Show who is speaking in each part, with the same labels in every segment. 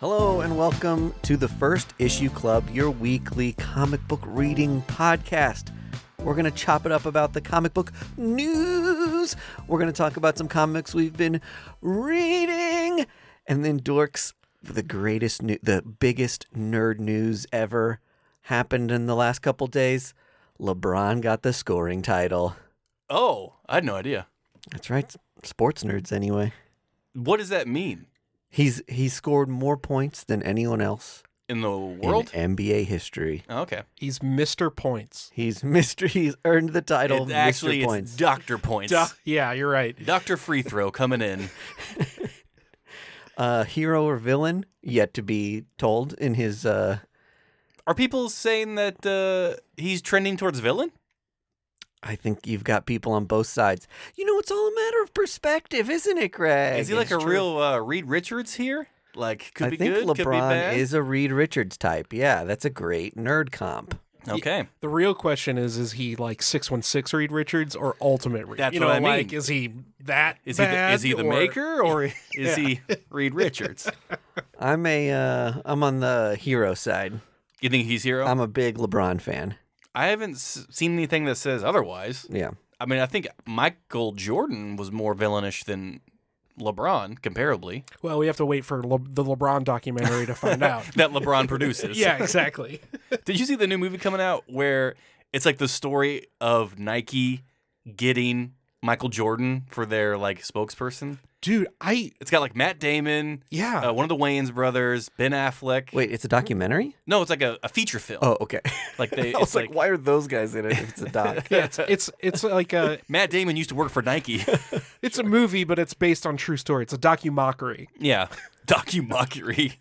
Speaker 1: Hello, and welcome to the First Issue Club, your weekly comic book reading podcast. We're going to chop it up about the comic book news. We're going to talk about some comics we've been reading. And then Dorks, the greatest, new, the biggest nerd news ever happened in the last couple days. LeBron got the scoring title.
Speaker 2: Oh, I had no idea.
Speaker 1: That's right. Sports nerds, anyway.
Speaker 2: What does that mean
Speaker 1: He's he scored more points than anyone else
Speaker 2: in the world?
Speaker 1: in NBA history.
Speaker 2: Oh, okay.
Speaker 3: He's Mr. Points.
Speaker 1: He's Mr. He's earned the title
Speaker 2: It-
Speaker 1: of
Speaker 2: actually,
Speaker 1: Mr.
Speaker 2: it's
Speaker 1: Points.
Speaker 2: Doctor Points.
Speaker 3: Duh. Yeah, you're right.
Speaker 2: Doctor Free Throw coming in.
Speaker 1: uh, hero or villain? Yet to be told in his. Uh,
Speaker 2: Are people saying that uh, he's trending towards villain?
Speaker 1: I think you've got people on both sides. You know, it's all a matter of perspective, isn't it, Greg?
Speaker 2: Is he like a real uh, Reed Richards here? Like, could
Speaker 1: I
Speaker 2: be
Speaker 1: think
Speaker 2: good,
Speaker 1: LeBron
Speaker 2: could be bad.
Speaker 1: is a Reed Richards type. Yeah, that's a great nerd comp.
Speaker 2: okay.
Speaker 3: The real question is: Is he like six one six Reed Richards or Ultimate Reed?
Speaker 2: That's
Speaker 3: you know,
Speaker 2: what I mean.
Speaker 3: like is he that?
Speaker 2: Is he the,
Speaker 3: bad,
Speaker 2: is he the
Speaker 3: or-
Speaker 2: maker or is he Reed Richards?
Speaker 1: I'm a uh, I'm on the hero side.
Speaker 2: You think he's hero?
Speaker 1: I'm a big LeBron fan.
Speaker 2: I haven't s- seen anything that says otherwise.
Speaker 1: Yeah.
Speaker 2: I mean, I think Michael Jordan was more villainish than LeBron, comparably,
Speaker 3: Well, we have to wait for Le- the LeBron documentary to find out.
Speaker 2: that LeBron produces.
Speaker 3: yeah, exactly.
Speaker 2: Did you see the new movie coming out where it's like the story of Nike getting Michael Jordan for their like spokesperson?
Speaker 3: Dude, I
Speaker 2: It's got like Matt Damon,
Speaker 3: yeah.
Speaker 2: uh, one of the Wayans brothers, Ben Affleck.
Speaker 1: Wait, it's a documentary?
Speaker 2: No, it's like a, a feature film.
Speaker 1: Oh, okay.
Speaker 2: Like they,
Speaker 1: I
Speaker 2: it's
Speaker 1: was like,
Speaker 2: like,
Speaker 1: why are those guys in it? If it's a doc.
Speaker 3: yeah, it's it's it's like a
Speaker 2: Matt Damon used to work for Nike.
Speaker 3: it's a movie, but it's based on true story. It's a documockery.
Speaker 2: yeah, documockery,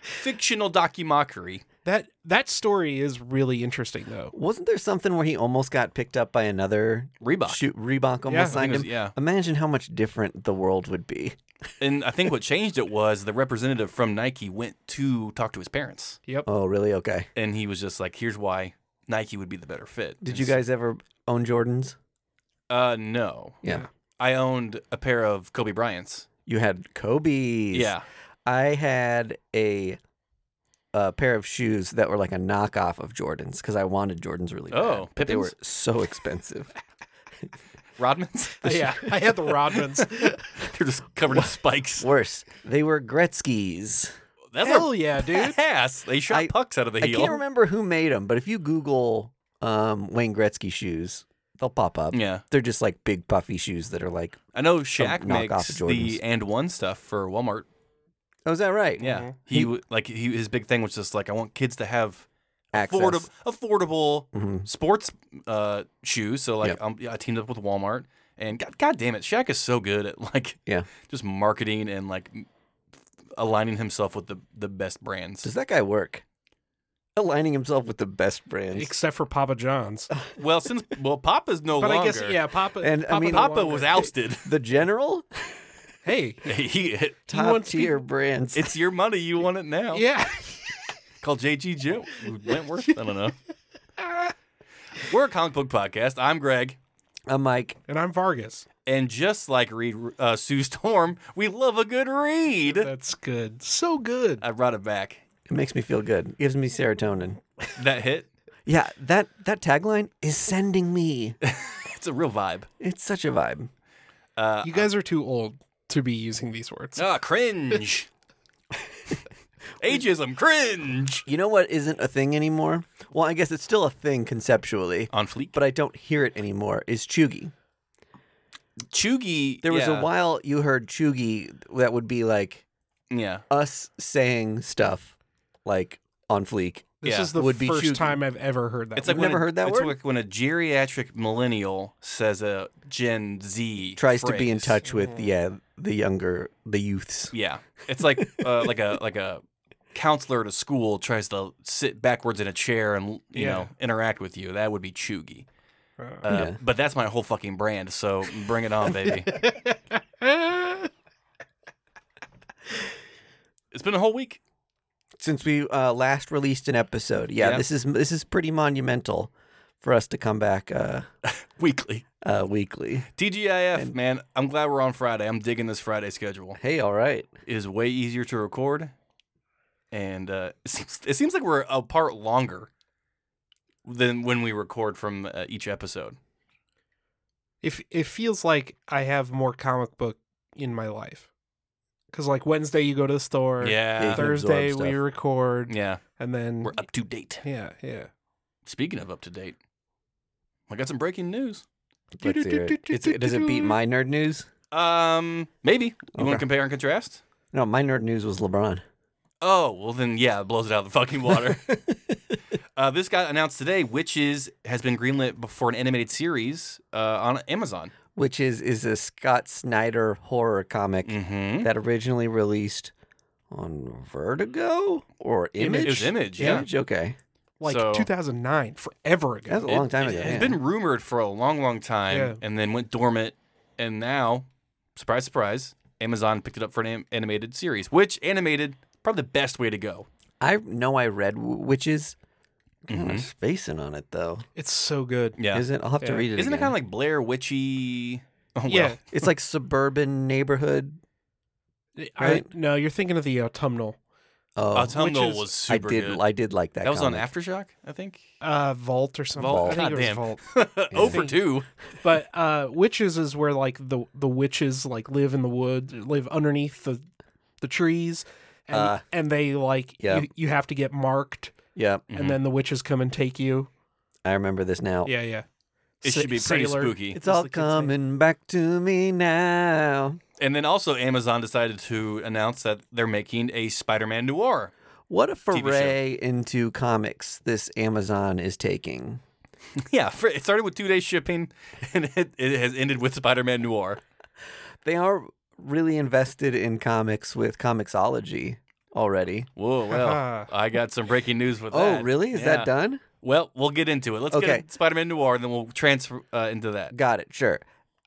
Speaker 2: fictional documockery.
Speaker 3: That that story is really interesting though.
Speaker 1: Wasn't there something where he almost got picked up by another
Speaker 2: Reebok.
Speaker 1: shoot Reebok almost
Speaker 3: Yeah, I think
Speaker 1: signed
Speaker 2: it
Speaker 1: him?
Speaker 2: was- yeah.
Speaker 1: Imagine how much different the world would be.
Speaker 2: And I think what changed it was the representative from Nike went to talk to his parents,
Speaker 3: Yep.
Speaker 1: Oh, really? Okay.
Speaker 2: and he was just like, "Here's why Nike would be the better fit."
Speaker 1: Did
Speaker 2: And
Speaker 1: you
Speaker 2: so-
Speaker 1: guys ever own Jordans?
Speaker 2: Uh, no.
Speaker 1: Yeah.
Speaker 2: I owned a pair of Kobe Bryant's.
Speaker 1: You had Kobe's.
Speaker 2: Yeah.
Speaker 1: I had a a pair of shoes that were like a knockoff of Jordans because I wanted Jordans really bad.
Speaker 2: Oh,
Speaker 1: but they were
Speaker 2: Pippins?
Speaker 1: so expensive.
Speaker 2: Rodman's.
Speaker 3: yeah, I had the Rodmans.
Speaker 2: They're just covered in spikes.
Speaker 1: Worse, they were Gretzky's.
Speaker 2: That's
Speaker 3: Hell
Speaker 2: a
Speaker 3: yeah, dude.
Speaker 2: ass. They shot
Speaker 1: I-
Speaker 2: pucks out of the
Speaker 1: I
Speaker 2: heel.
Speaker 1: can't remember who made them, but if you Google um, Wayne Gretzky shoes, they'll pop up.
Speaker 2: Yeah.
Speaker 1: They're just like big puffy shoes that are like,
Speaker 2: I know Shaq
Speaker 1: Some knockoff
Speaker 2: makes
Speaker 1: Jordans.
Speaker 2: the and one stuff for Walmart.
Speaker 1: oh, is that right?
Speaker 2: Yeah.
Speaker 3: Mhm.
Speaker 2: He w- like he his big thing was just like I want kids to have
Speaker 1: Access.
Speaker 2: affordable affordable
Speaker 1: Mhm.
Speaker 2: sports uh shoes. So like
Speaker 1: Yep.
Speaker 2: um, yeah, I teamed up with Walmart and god, god damn it, Shaq is so good at like
Speaker 1: Yeah.
Speaker 2: just marketing and like aligning himself with the the best brands.
Speaker 1: Does that guy work? Aligning himself with the best brands.
Speaker 3: Except for Papa John's.
Speaker 2: Well, since well, Papa's no
Speaker 3: but
Speaker 2: longer.
Speaker 3: I guess yeah, Papa
Speaker 1: And, I
Speaker 3: Papa,
Speaker 1: mean-
Speaker 3: no
Speaker 2: Papa
Speaker 3: longer-
Speaker 2: was ousted.
Speaker 1: the general?
Speaker 3: Hey,
Speaker 2: he,
Speaker 1: Top
Speaker 3: wants
Speaker 1: tier brands.
Speaker 2: it's your money. You want it now.
Speaker 3: yeah,
Speaker 2: Call JG Joe Wentworth. I don't know. We're a comic book podcast. I'm Greg,
Speaker 1: I'm like,
Speaker 3: and I'm Vargas.
Speaker 2: and just like Reed uh, Sue Storm, we love a good read.
Speaker 3: That's good. So good.
Speaker 2: I brought it back.
Speaker 1: it makes me feel good. It gives me serotonin.
Speaker 2: That hit.
Speaker 1: Yeah, that, that tagline is sending me.
Speaker 2: It's a real vibe.
Speaker 1: It's such a vibe. Uh,
Speaker 3: you guys are too old to be using these words.
Speaker 2: Ah, cringe. Ageism, cringe.
Speaker 1: You know what isn't a thing anymore? Well, I guess it's still a thing conceptually,
Speaker 2: On Fleet,
Speaker 1: but I don't hear it anymore. Is Chugi.
Speaker 2: Chugi.
Speaker 1: There was
Speaker 2: yeah,
Speaker 1: a while you heard Chugi that would be like
Speaker 2: Yeah.
Speaker 1: us saying stuff like on fleek.
Speaker 3: This
Speaker 2: Yeah.
Speaker 3: is the
Speaker 1: Would be
Speaker 3: first
Speaker 1: shooting.
Speaker 3: time I've ever heard that.
Speaker 2: It's like
Speaker 1: I've
Speaker 2: when
Speaker 1: never
Speaker 2: a-
Speaker 1: heard that
Speaker 2: it's
Speaker 1: word.
Speaker 2: like when a geriatric millennial says a Gen Z
Speaker 1: Tries to be in
Speaker 2: phrase.
Speaker 1: touch with yeah, the younger the youths.
Speaker 2: Yeah, it's like uh, like a like a counselor at a school tries to sit backwards in a chair and you
Speaker 3: Yeah.
Speaker 2: know interact with you. That would be chuggy.
Speaker 3: Uh,
Speaker 2: Uh,
Speaker 1: Yeah.
Speaker 2: But that's my whole fucking brand. So bring it on, baby.
Speaker 3: eh,
Speaker 2: it's been a whole week.
Speaker 1: Since we uh, last released an episode. Yeah,
Speaker 2: Yeah.
Speaker 1: this is this is pretty monumental for us to come back uh,
Speaker 2: weekly.
Speaker 1: uh, weekly.
Speaker 2: TGIF, man. I'm glad we're on Friday. I'm digging this Friday schedule.
Speaker 1: Hey, all right.
Speaker 2: It is way easier to record, and uh, it seems it seems like we're apart longer than when we record from uh, each episode.
Speaker 3: If it feels like I have more comic book in my life, because like Wednesday you go to the store,
Speaker 1: Yeah.
Speaker 2: Yeah,
Speaker 3: Thursday
Speaker 1: absorb
Speaker 3: we
Speaker 1: stuff.
Speaker 3: record,
Speaker 2: yeah.
Speaker 3: and then
Speaker 2: We're up to date.
Speaker 3: yeah, yeah.
Speaker 2: Speaking of up to date, I got some breaking news.
Speaker 1: Let's hear it. It's, does it beat my nerd news?
Speaker 2: Um, maybe you want
Speaker 1: Okay.
Speaker 2: to compare and contrast.
Speaker 1: No, my nerd news was LeBron.
Speaker 2: Oh well, then yeah, it blows it out of the fucking water. uh, this got announced today, which is has been greenlit for an animated series uh, on Amazon.
Speaker 1: Which is is a Scott Snyder horror comic
Speaker 2: Mm-hmm.
Speaker 1: that originally released on Vertigo or Image.
Speaker 2: It was Image, yeah.
Speaker 1: Image? Okay,
Speaker 3: Like
Speaker 2: So-
Speaker 3: 2009, forever ago.
Speaker 1: that was a long time
Speaker 2: it,
Speaker 1: ago.
Speaker 2: has
Speaker 1: yeah.
Speaker 2: been rumored for a long, long time,
Speaker 3: Yeah.
Speaker 2: and then went dormant, and now, surprise, surprise, Amazon picked it up for an am- animated series. Which animated probably the best way to go.
Speaker 1: I know I read W- Witches. Kind
Speaker 2: Mm-hmm.
Speaker 1: of spacing on it though.
Speaker 3: It's so good.
Speaker 2: Yeah,
Speaker 1: Is it? I'll have to
Speaker 3: Yeah.
Speaker 1: read it.
Speaker 2: isn't it
Speaker 1: again.
Speaker 2: kind of like Blair Witchy? Oh, well.
Speaker 3: Yeah.
Speaker 1: It's like suburban neighborhood.
Speaker 3: I-
Speaker 1: Right?
Speaker 3: no, you're thinking of the autumnal.
Speaker 1: Oh,
Speaker 2: Autumnal
Speaker 3: is-
Speaker 2: was
Speaker 1: I
Speaker 2: super
Speaker 1: did.
Speaker 2: good.
Speaker 1: I did like that.
Speaker 2: that was on
Speaker 1: comic.
Speaker 2: Aftershock, I think.
Speaker 3: Uh, vault or something.
Speaker 2: Vault.
Speaker 3: I think it was
Speaker 2: Goddamn.
Speaker 3: vault.
Speaker 2: oh for two.
Speaker 3: But uh, witches is where like the the witches like live in the wood, live underneath the the trees, and,
Speaker 1: Uh,
Speaker 3: and they like
Speaker 1: yeah.
Speaker 3: you, you have to get marked,
Speaker 1: Yeah,
Speaker 2: Mhm.
Speaker 3: and then the witches come and take you.
Speaker 1: I remember this now.
Speaker 3: Yeah, yeah.
Speaker 2: Oh. It
Speaker 3: Sa-
Speaker 2: should be pretty
Speaker 3: sailor.
Speaker 2: spooky.
Speaker 1: It's
Speaker 3: As
Speaker 1: all
Speaker 3: the kids say.
Speaker 1: coming back to me now.
Speaker 2: And then also Amazon decided to announce that they're making a Spider-Man noir.
Speaker 1: What a
Speaker 2: show.
Speaker 1: foray into comics this Amazon is taking.
Speaker 2: Yeah, for, it started with two day shipping, and it, it has ended with Spider-Man noir.
Speaker 1: They are really invested in comics with comiXology already.
Speaker 2: Whoa, well, I got some breaking news with that.
Speaker 1: Oh, really? Is
Speaker 2: Yeah.
Speaker 1: that done?
Speaker 2: Well, we'll get into it. Let's
Speaker 1: Okay.
Speaker 2: get Spider-Man noir, and then we'll transfer uh, into that.
Speaker 1: Got it. Sure.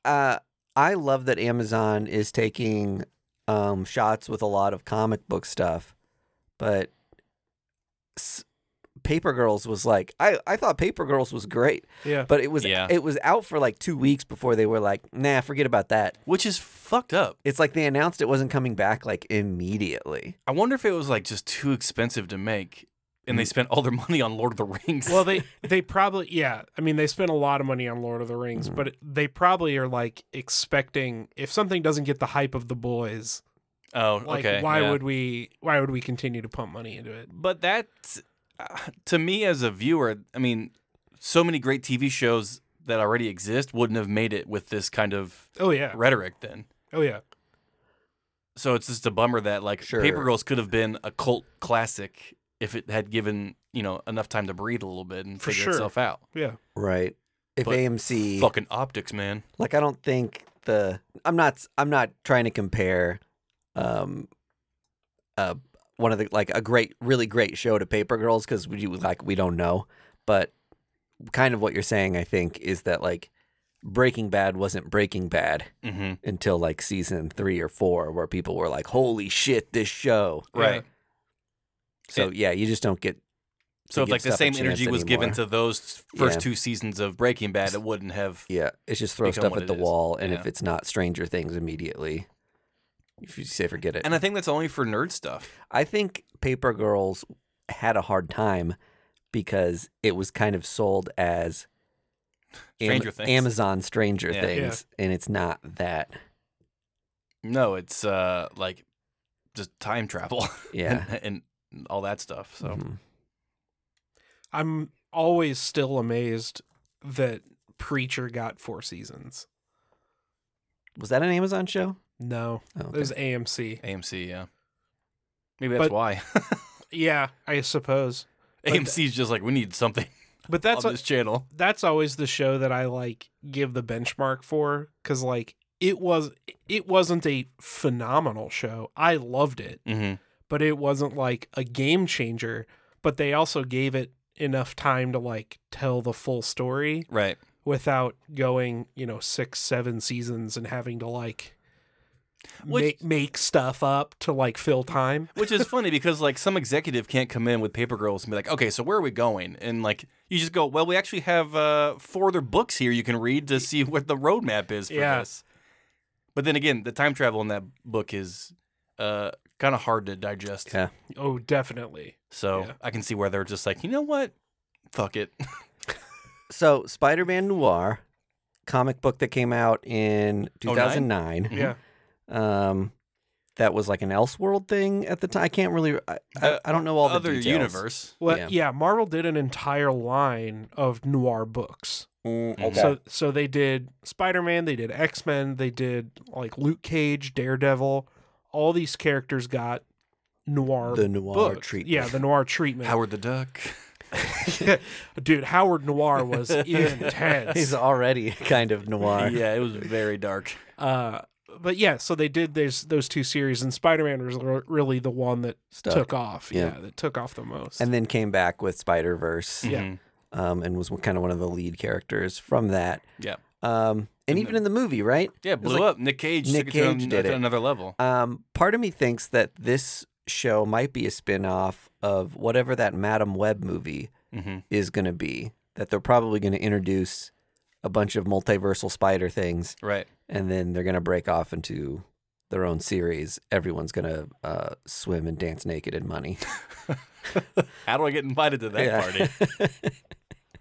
Speaker 1: Uh, I love that Amazon is taking um, shots with a lot of comic book stuff, but s- Paper Girls was like, I, I thought Paper Girls was great,
Speaker 3: Yeah.
Speaker 1: but it was
Speaker 2: Yeah.
Speaker 1: it was out for like two weeks before they were like, nah, forget about that.
Speaker 2: Which is fucked up.
Speaker 1: It's like they announced it wasn't coming back like immediately.
Speaker 2: I wonder if it was like just too expensive to make, and they spent all their money on Lord of the Rings.
Speaker 3: Mm. well, they they probably yeah. I mean, they spent a lot of money on Lord of the Rings,
Speaker 2: Mm-hmm.
Speaker 3: but it- they probably are like expecting if something doesn't get the hype of the boys,
Speaker 2: oh,
Speaker 3: like
Speaker 2: okay.
Speaker 3: why
Speaker 2: yeah.
Speaker 3: would we why would we continue to pump money into it?
Speaker 2: But that, uh, to me as a viewer, I mean, so many great TV shows that already exist wouldn't have made it with this kind of
Speaker 3: Oh yeah.
Speaker 2: rhetoric then.
Speaker 3: Oh yeah.
Speaker 2: So it's just a bummer that like
Speaker 1: Sure.
Speaker 2: Paper Girls could have been a cult classic if it had given you know enough time to breathe a little bit and
Speaker 3: For
Speaker 2: figure
Speaker 3: sure.
Speaker 2: itself out.
Speaker 3: Yeah.
Speaker 1: Right. If
Speaker 2: But
Speaker 1: AMC
Speaker 2: Fucking optics, man.
Speaker 1: like I don't think the I'm not I'm not trying to compare um uh one of the like a great really great show to Paper Girls cuz we like we don't know but kind of what you're saying I think is that like Breaking Bad wasn't Breaking Bad
Speaker 2: hmm
Speaker 1: until like season 3 or 4 where people were like holy shit this show
Speaker 2: Right.
Speaker 3: Yeah.
Speaker 1: so
Speaker 2: It-
Speaker 1: yeah you just don't get to
Speaker 2: So if
Speaker 1: give
Speaker 2: like the
Speaker 1: stuff a
Speaker 2: same
Speaker 1: chance
Speaker 2: energy was given
Speaker 1: anymore.
Speaker 2: to those first
Speaker 1: Yeah.
Speaker 2: two seasons of Breaking Bad, it wouldn't have.
Speaker 1: Yeah, it's just throw
Speaker 2: become
Speaker 1: stuff
Speaker 2: what
Speaker 1: at
Speaker 2: it
Speaker 1: the
Speaker 2: is.
Speaker 1: wall, and
Speaker 2: Yeah.
Speaker 1: if it's not Stranger Things immediately, if you say forget it.
Speaker 2: And I think that's only for nerd stuff.
Speaker 1: I think Paper Girls had a hard time because it was kind of sold as Am-
Speaker 2: Stranger Things.
Speaker 1: Amazon Stranger
Speaker 2: Yeah.
Speaker 3: Yeah.
Speaker 1: Things, and it's not that.
Speaker 2: No, it's uh like just time travel.
Speaker 1: Yeah.
Speaker 2: and, and all that stuff. So
Speaker 1: Mhm.
Speaker 3: I'm always still amazed that Preacher got four seasons.
Speaker 1: was that an Amazon show?
Speaker 3: No,
Speaker 1: Oh,
Speaker 3: it was AMC.
Speaker 2: AMC, yeah. Maybe that's
Speaker 3: But-
Speaker 2: why
Speaker 3: Yeah, I suppose. but-
Speaker 2: AMC's just like we need something
Speaker 3: But that's
Speaker 2: on
Speaker 3: a-
Speaker 2: this channel.
Speaker 3: that's always the show that I like give the benchmark for cuz like it was it wasn't a phenomenal show. I loved it,
Speaker 2: Mm-hmm.
Speaker 3: but it wasn't like a game changer, but they also gave it enough time to like tell the full story
Speaker 2: Right.
Speaker 3: without going, you know, 6 7 seasons and having to like
Speaker 2: Which-
Speaker 3: make, make stuff up to like fill time.
Speaker 2: Which is funny because like some executive can't come in with paper girls and be like, okay, so where are we going? And like You just go, well, we actually have uh, four other books here you can read to see what the roadmap is for
Speaker 3: Yeah.
Speaker 2: this. But then again, the time travel in that book is uh, kind of hard to digest.
Speaker 1: Yeah.
Speaker 3: Oh, definitely.
Speaker 2: So
Speaker 3: Yeah.
Speaker 2: I can see where they're just like, you know what? Fuck it.
Speaker 1: So, Spider Man Noir, comic book that came out
Speaker 2: Oh,
Speaker 1: in 2009.
Speaker 2: Mhm.
Speaker 3: Yeah.
Speaker 1: Um, that was like an Elseworld thing at the time. I can't really, I, I, I don't know all the
Speaker 2: other
Speaker 1: details.
Speaker 2: universe.
Speaker 3: Well,
Speaker 1: Yeah.
Speaker 3: yeah. Marvel did an entire line of noir books.
Speaker 1: Mm,
Speaker 2: Mhm.
Speaker 1: okay.
Speaker 3: So so they did Spider-Man, they did X-Men, they did like Luke Cage, Daredevil. All these characters got noir
Speaker 1: the noir
Speaker 3: books.
Speaker 1: treatment.
Speaker 3: Yeah, the noir treatment.
Speaker 2: Howard the Duck.
Speaker 3: Dude, Howard Noir was intense.
Speaker 1: He's already kind of noir.
Speaker 2: yeah, it was very dark.
Speaker 3: Uh, but yeah, so they did those those two series, and Spider Man was re- really the one that
Speaker 1: Stuck.
Speaker 3: took off.
Speaker 1: Yeah.
Speaker 3: Yeah. that took off the most.
Speaker 1: And then came back with Spider Verse
Speaker 3: Yeah.
Speaker 2: Mhm.
Speaker 1: um, and was kind of one of the lead characters from that.
Speaker 2: Yeah.
Speaker 1: Um, and even in the movie, right?
Speaker 2: Yeah, blew
Speaker 1: like
Speaker 2: up. Nick Cage
Speaker 1: Nick
Speaker 2: took it to
Speaker 1: Cage
Speaker 2: an-
Speaker 1: did
Speaker 2: to
Speaker 1: it.
Speaker 2: another level.
Speaker 1: Um, part of me thinks that this show might be a spin off of whatever that Madam Web movie
Speaker 2: hmm
Speaker 1: is going to be. That they're probably going to introduce a bunch of multiversal spider things,
Speaker 2: Right.
Speaker 1: and then they're going to break off into their own series. Everyone's going to uh, swim and dance naked in money.
Speaker 2: How do I get invited to that
Speaker 1: Yeah.
Speaker 2: party?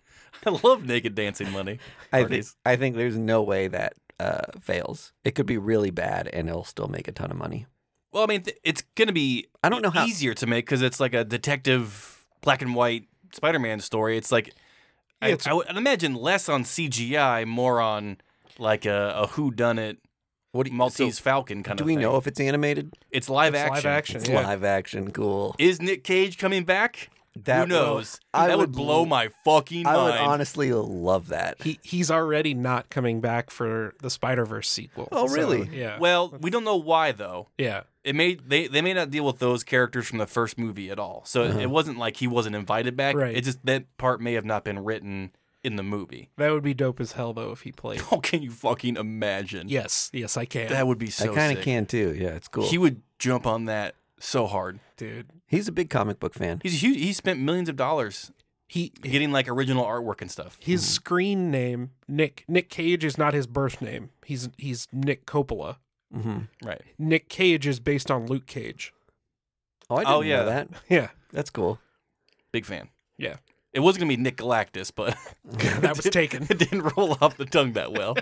Speaker 2: I love naked dancing money.
Speaker 1: I think
Speaker 2: parties.
Speaker 1: I think there's no way that uh, fails. It could be really bad, and it'll still make a ton of money.
Speaker 2: Well, I mean, th- it's gonna be
Speaker 1: I don't know Oh, how.
Speaker 2: easier to make because it's like a detective black and white Spider-Man story. It's like I
Speaker 3: Yeah, it's-
Speaker 2: I would I'd imagine less on CGI, more on like a, a who done it
Speaker 1: What do you,
Speaker 2: Maltese Falcon kind
Speaker 1: do
Speaker 2: of.
Speaker 1: we
Speaker 2: thing.
Speaker 1: know if it's animated?
Speaker 2: it's live
Speaker 3: It's
Speaker 2: action?
Speaker 3: live action.
Speaker 1: It's
Speaker 3: Yeah.
Speaker 1: live action. Cool.
Speaker 2: Is Nick Cage coming back?
Speaker 1: That
Speaker 2: who
Speaker 1: would-
Speaker 2: knows?
Speaker 1: I
Speaker 2: that would,
Speaker 1: would
Speaker 2: blow
Speaker 1: l-
Speaker 2: my fucking
Speaker 1: I
Speaker 2: mind.
Speaker 1: would honestly love that.
Speaker 3: he he's already not coming back for the Spider Verse sequel.
Speaker 1: Oh,
Speaker 3: So,
Speaker 1: really?
Speaker 3: yeah.
Speaker 2: well, we don't know why though.
Speaker 3: yeah.
Speaker 2: it may they, they may not deal with those characters from the first movie at all. So it- it wasn't like he wasn't invited back.
Speaker 3: Uh-huh. Right.
Speaker 2: It's just that part may have not been written in the movie.
Speaker 3: That would be dope as hell though if he played.
Speaker 2: Oh, can you fucking imagine?
Speaker 3: yes, yes, I can,
Speaker 2: That would be so
Speaker 1: I kind of
Speaker 2: sick.
Speaker 1: can too. Yeah, it's cool.
Speaker 2: He would jump on that so hard.
Speaker 3: dude.
Speaker 1: He's a big comic book fan.
Speaker 2: He's a huge. He spent millions of dollars
Speaker 3: He
Speaker 2: getting like original artwork and stuff.
Speaker 3: his
Speaker 1: Hmm.
Speaker 3: screen name Nick Nick Cage is not his birth name. He's he's Nick Coppola.
Speaker 1: hmm
Speaker 2: Right.
Speaker 3: Nick Cage is based on Luke Cage.
Speaker 1: Oh, I didn't
Speaker 2: Oh, yeah.
Speaker 1: know that.
Speaker 3: Yeah,
Speaker 1: That's cool.
Speaker 2: Big fan.
Speaker 3: yeah.
Speaker 2: It was gonna be Nick Galactus, but
Speaker 3: that was taken.
Speaker 2: it didn't roll off the tongue that well.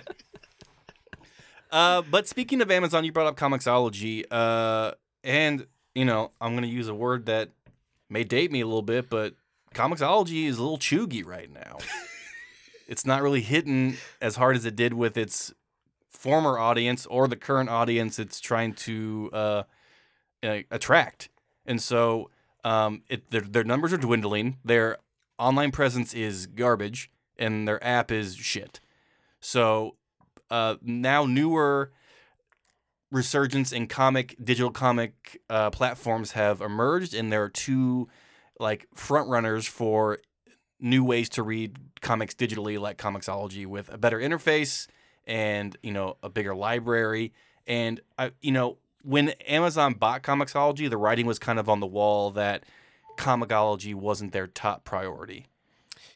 Speaker 2: uh, but speaking of Amazon, you brought up Comixology, uh, and you know I'm going to use a word that may date me a little bit, but Comixology is a little choogy right now. it's not really hitting as hard as it did with its former audience or the current audience it's trying to uh, uh, attract, and so um, it, their, their numbers are dwindling. Their online presence is garbage and their app is shit. So uh, now newer resurgence in comic digital comic uh, platforms have emerged, and there are two like front runners for new ways to read comics digitally, like Comixology, with a better interface and you know a bigger library. And I, you know, when Amazon bought Comixology, the writing was kind of on the wall that Comixology wasn't their top priority.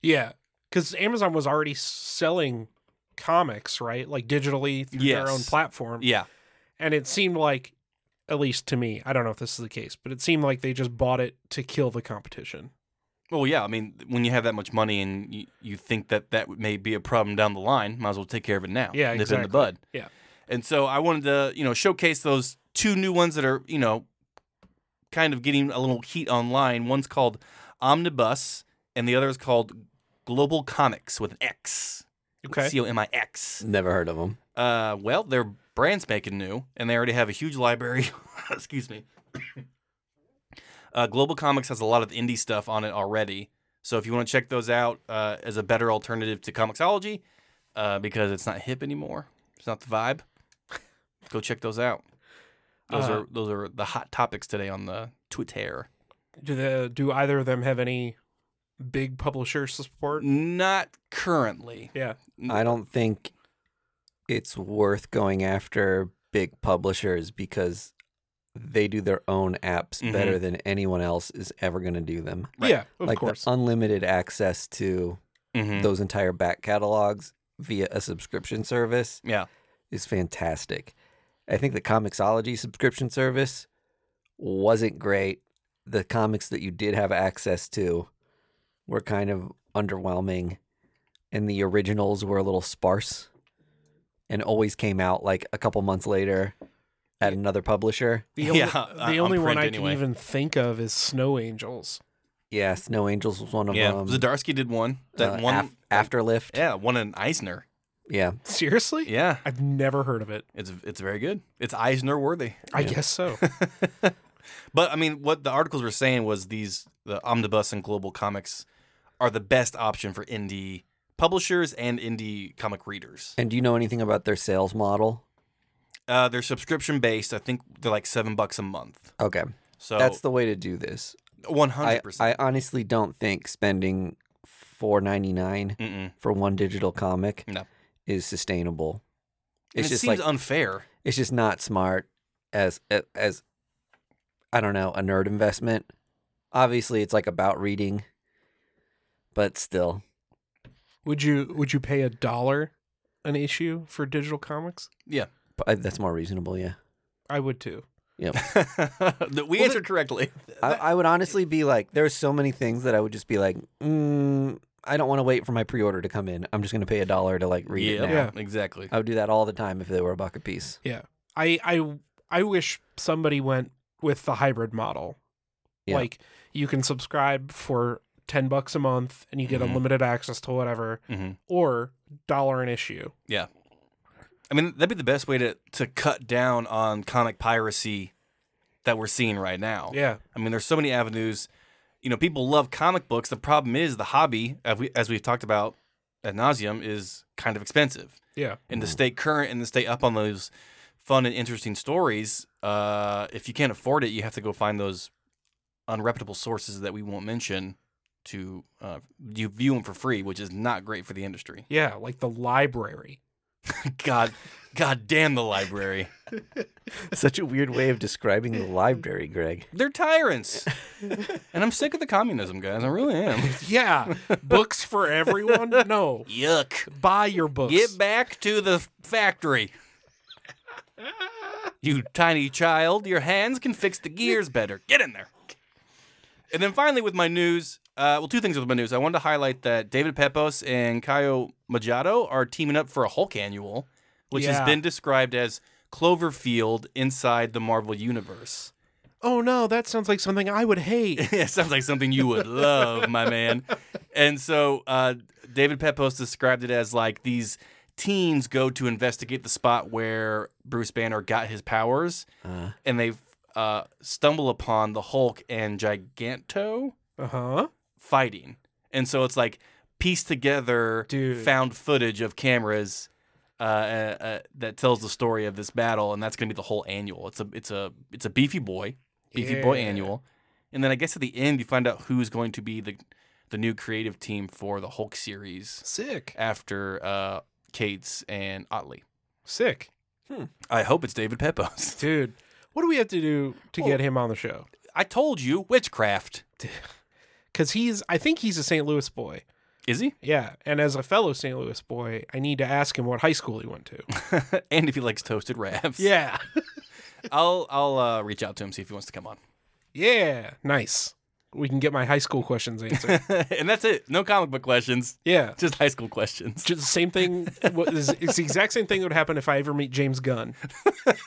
Speaker 3: Yeah, because Amazon was already selling comics, right? Like digitally through their own
Speaker 2: Yes.
Speaker 3: platform.
Speaker 2: Yeah,
Speaker 3: And it seemed like, at least to me, I don't know if this is the case, but it seemed like they just bought it to kill the competition.
Speaker 2: Well, yeah. I mean, when you have that much money and you, you think that that would- may be a problem down the line, might as well take care of it now.
Speaker 3: Yeah,
Speaker 2: nip it in
Speaker 3: exactly.
Speaker 2: the bud.
Speaker 3: Yeah.
Speaker 2: And so I wanted to, you know, showcase those two new ones that are, you know, kind of getting a little heat online. One's called Omnibus, and the other is called Global Comics with an X. C O M I X.
Speaker 1: Never heard of him.
Speaker 2: Uh, well, their brand's making new, and they already have a huge library. Excuse me. uh, Global Comics has a lot of indie stuff on it already, so if you want to check those out uh, as a better alternative to Comixology, uh, because it's not hip anymore, it's not the vibe. Go check those out. Those
Speaker 3: Uh,
Speaker 2: are those are the hot topics today on the Twitter.
Speaker 3: Do the do either of them have any big publisher support?
Speaker 2: Not currently.
Speaker 3: Yeah.
Speaker 1: I don't think it's worth going after big publishers because they do their own apps
Speaker 2: Mhm.
Speaker 1: better than anyone else is ever going to do them.
Speaker 2: Right.
Speaker 3: Yeah, Mm-hmm. of
Speaker 1: like
Speaker 3: course. Mm.
Speaker 1: the unlimited access to
Speaker 2: Mhm.
Speaker 1: those entire back catalogs via a subscription service
Speaker 2: yeah.
Speaker 1: is fantastic. I think the Comixology subscription service wasn't great. The comics that you did have access to were kind of underwhelming, and the originals were a little sparse and always came out like a couple months later at another publisher.
Speaker 3: the only,
Speaker 2: Yeah,
Speaker 3: the
Speaker 2: on
Speaker 3: only one
Speaker 2: print
Speaker 3: I
Speaker 2: anyway.
Speaker 3: can even think of is Snow Angels.
Speaker 1: Yeah, Snow Angels was one of
Speaker 2: Yeah.
Speaker 1: them.
Speaker 2: Zadarsky did one. That
Speaker 1: Uh,
Speaker 2: one.
Speaker 1: Af- Afterlift.
Speaker 2: yeah. One in Eisner.
Speaker 1: Yeah.
Speaker 3: Seriously?
Speaker 2: Yeah.
Speaker 3: I've never heard of it.
Speaker 2: It's it's very good. It's Eisner worthy.
Speaker 3: I guess so.
Speaker 2: But I mean, what the articles were saying was these the omnibus and global comics are the best option for indie publishers and indie comic readers.
Speaker 1: And do you know anything about their sales model?
Speaker 2: Uh, they're subscription based. I think they're like seven bucks a month.
Speaker 1: Okay.
Speaker 2: So
Speaker 1: That's the way to do this.
Speaker 2: one
Speaker 1: I,
Speaker 2: hundred
Speaker 1: I
Speaker 2: percent.
Speaker 1: honestly don't think spending four ninety nine
Speaker 2: Mm-mm.
Speaker 1: for one digital comic
Speaker 2: No.
Speaker 1: is sustainable.
Speaker 2: And
Speaker 1: It's
Speaker 2: it
Speaker 1: just
Speaker 2: seems
Speaker 1: like
Speaker 2: unfair.
Speaker 1: it's just not smart as as I don't know a nerd investment. Obviously, it's like about reading, but still,
Speaker 3: would you would you pay a dollar an issue for digital comics?
Speaker 1: but I- that's more reasonable. Yeah,
Speaker 3: I would too.
Speaker 2: That we
Speaker 3: Well,
Speaker 2: answered correctly.
Speaker 1: I, I would honestly be like, there's so many things that I would just be like, mm, I don't want to wait for my pre order to come in. I'm just going to pay a dollar to like read it
Speaker 2: yeah,
Speaker 1: now.
Speaker 3: Yeah.
Speaker 2: exactly.
Speaker 1: I would do that all the time if they were a buck a piece.
Speaker 3: I I I wish somebody went with the hybrid model.
Speaker 1: Yeah.
Speaker 3: Like you can subscribe for 10 bucks a month and you get
Speaker 2: Mhm.
Speaker 3: unlimited access to whatever
Speaker 2: Mhm.
Speaker 3: or dollar an issue.
Speaker 2: I mean, that'd be the best way to to cut down on comic piracy that we're seeing right now.
Speaker 3: Yeah.
Speaker 2: I mean, there's so many avenues. You know, people love comic books. The problem is the hobby, as, we, as we've talked about ad nauseum, is kind of expensive.
Speaker 3: Yeah.
Speaker 2: And to
Speaker 1: Mhm.
Speaker 2: stay current and to stay up on those fun and interesting stories, uh, if you can't afford it, you have to go find those unreputable sources that we won't mention to uh, you view them for free, which is not great for the industry.
Speaker 3: Yeah, like the library.
Speaker 2: God, God damn the library.
Speaker 1: Such a weird way of describing the library, Greg.
Speaker 2: They're tyrants. and I'm sick of the communism, guys. I really am.
Speaker 3: Yeah. books for everyone? No.
Speaker 2: Yuck.
Speaker 3: Buy your books.
Speaker 2: Get back to the factory. You tiny child, your hands can fix the gears better. Get in there. And then finally, with my news, uh, well, two things with my news. I wanted to highlight that David Pepos and Caio Majado are teaming up for a Hulk annual, which
Speaker 3: Yeah.
Speaker 2: has been described as Cloverfield inside the Marvel Universe.
Speaker 3: Oh no, that sounds like something I would hate.
Speaker 2: it sounds like something you would love, my man. And so uh, David Pepos described it as like these teens go to investigate the spot where Bruce Banner got his powers,
Speaker 1: Uh,
Speaker 2: and they uh, stumble upon the Hulk and Giganto
Speaker 3: Uh huh.
Speaker 2: fighting. And so it's like pieced together
Speaker 3: Dude.
Speaker 2: found footage of cameras. Uh, uh, uh, that tells the story of this battle, and that's going to be the whole annual. It's a it's a it's a beefy boy, beefy boy
Speaker 3: Yeah.
Speaker 2: annual, and then I guess at the end you find out who's going to be the the new creative team for the Hulk series
Speaker 3: Sick.
Speaker 2: after uh, Cates and Otley.
Speaker 3: Sick.
Speaker 2: I hope it's David Pepos.
Speaker 3: Dude, what do we have to do to
Speaker 2: Well-
Speaker 3: get him on the show?
Speaker 2: I told you, witchcraft.
Speaker 3: Because he's, I think he's a St. Louis boy.
Speaker 2: Is he?
Speaker 3: Yeah. And as a fellow St. Louis boy, I need to ask him what high school he went to.
Speaker 2: and if he likes toasted ravs,
Speaker 3: yeah.
Speaker 2: I'll I'll uh, reach out to him see if he wants to come on.
Speaker 3: Yeah. Nice. We can get my high school questions answered.
Speaker 2: and that's it. No comic book questions,
Speaker 3: yeah.
Speaker 2: just high school questions.
Speaker 3: Just the same thing. what is- It's the exact same thing that would happen if I ever meet James Gunn.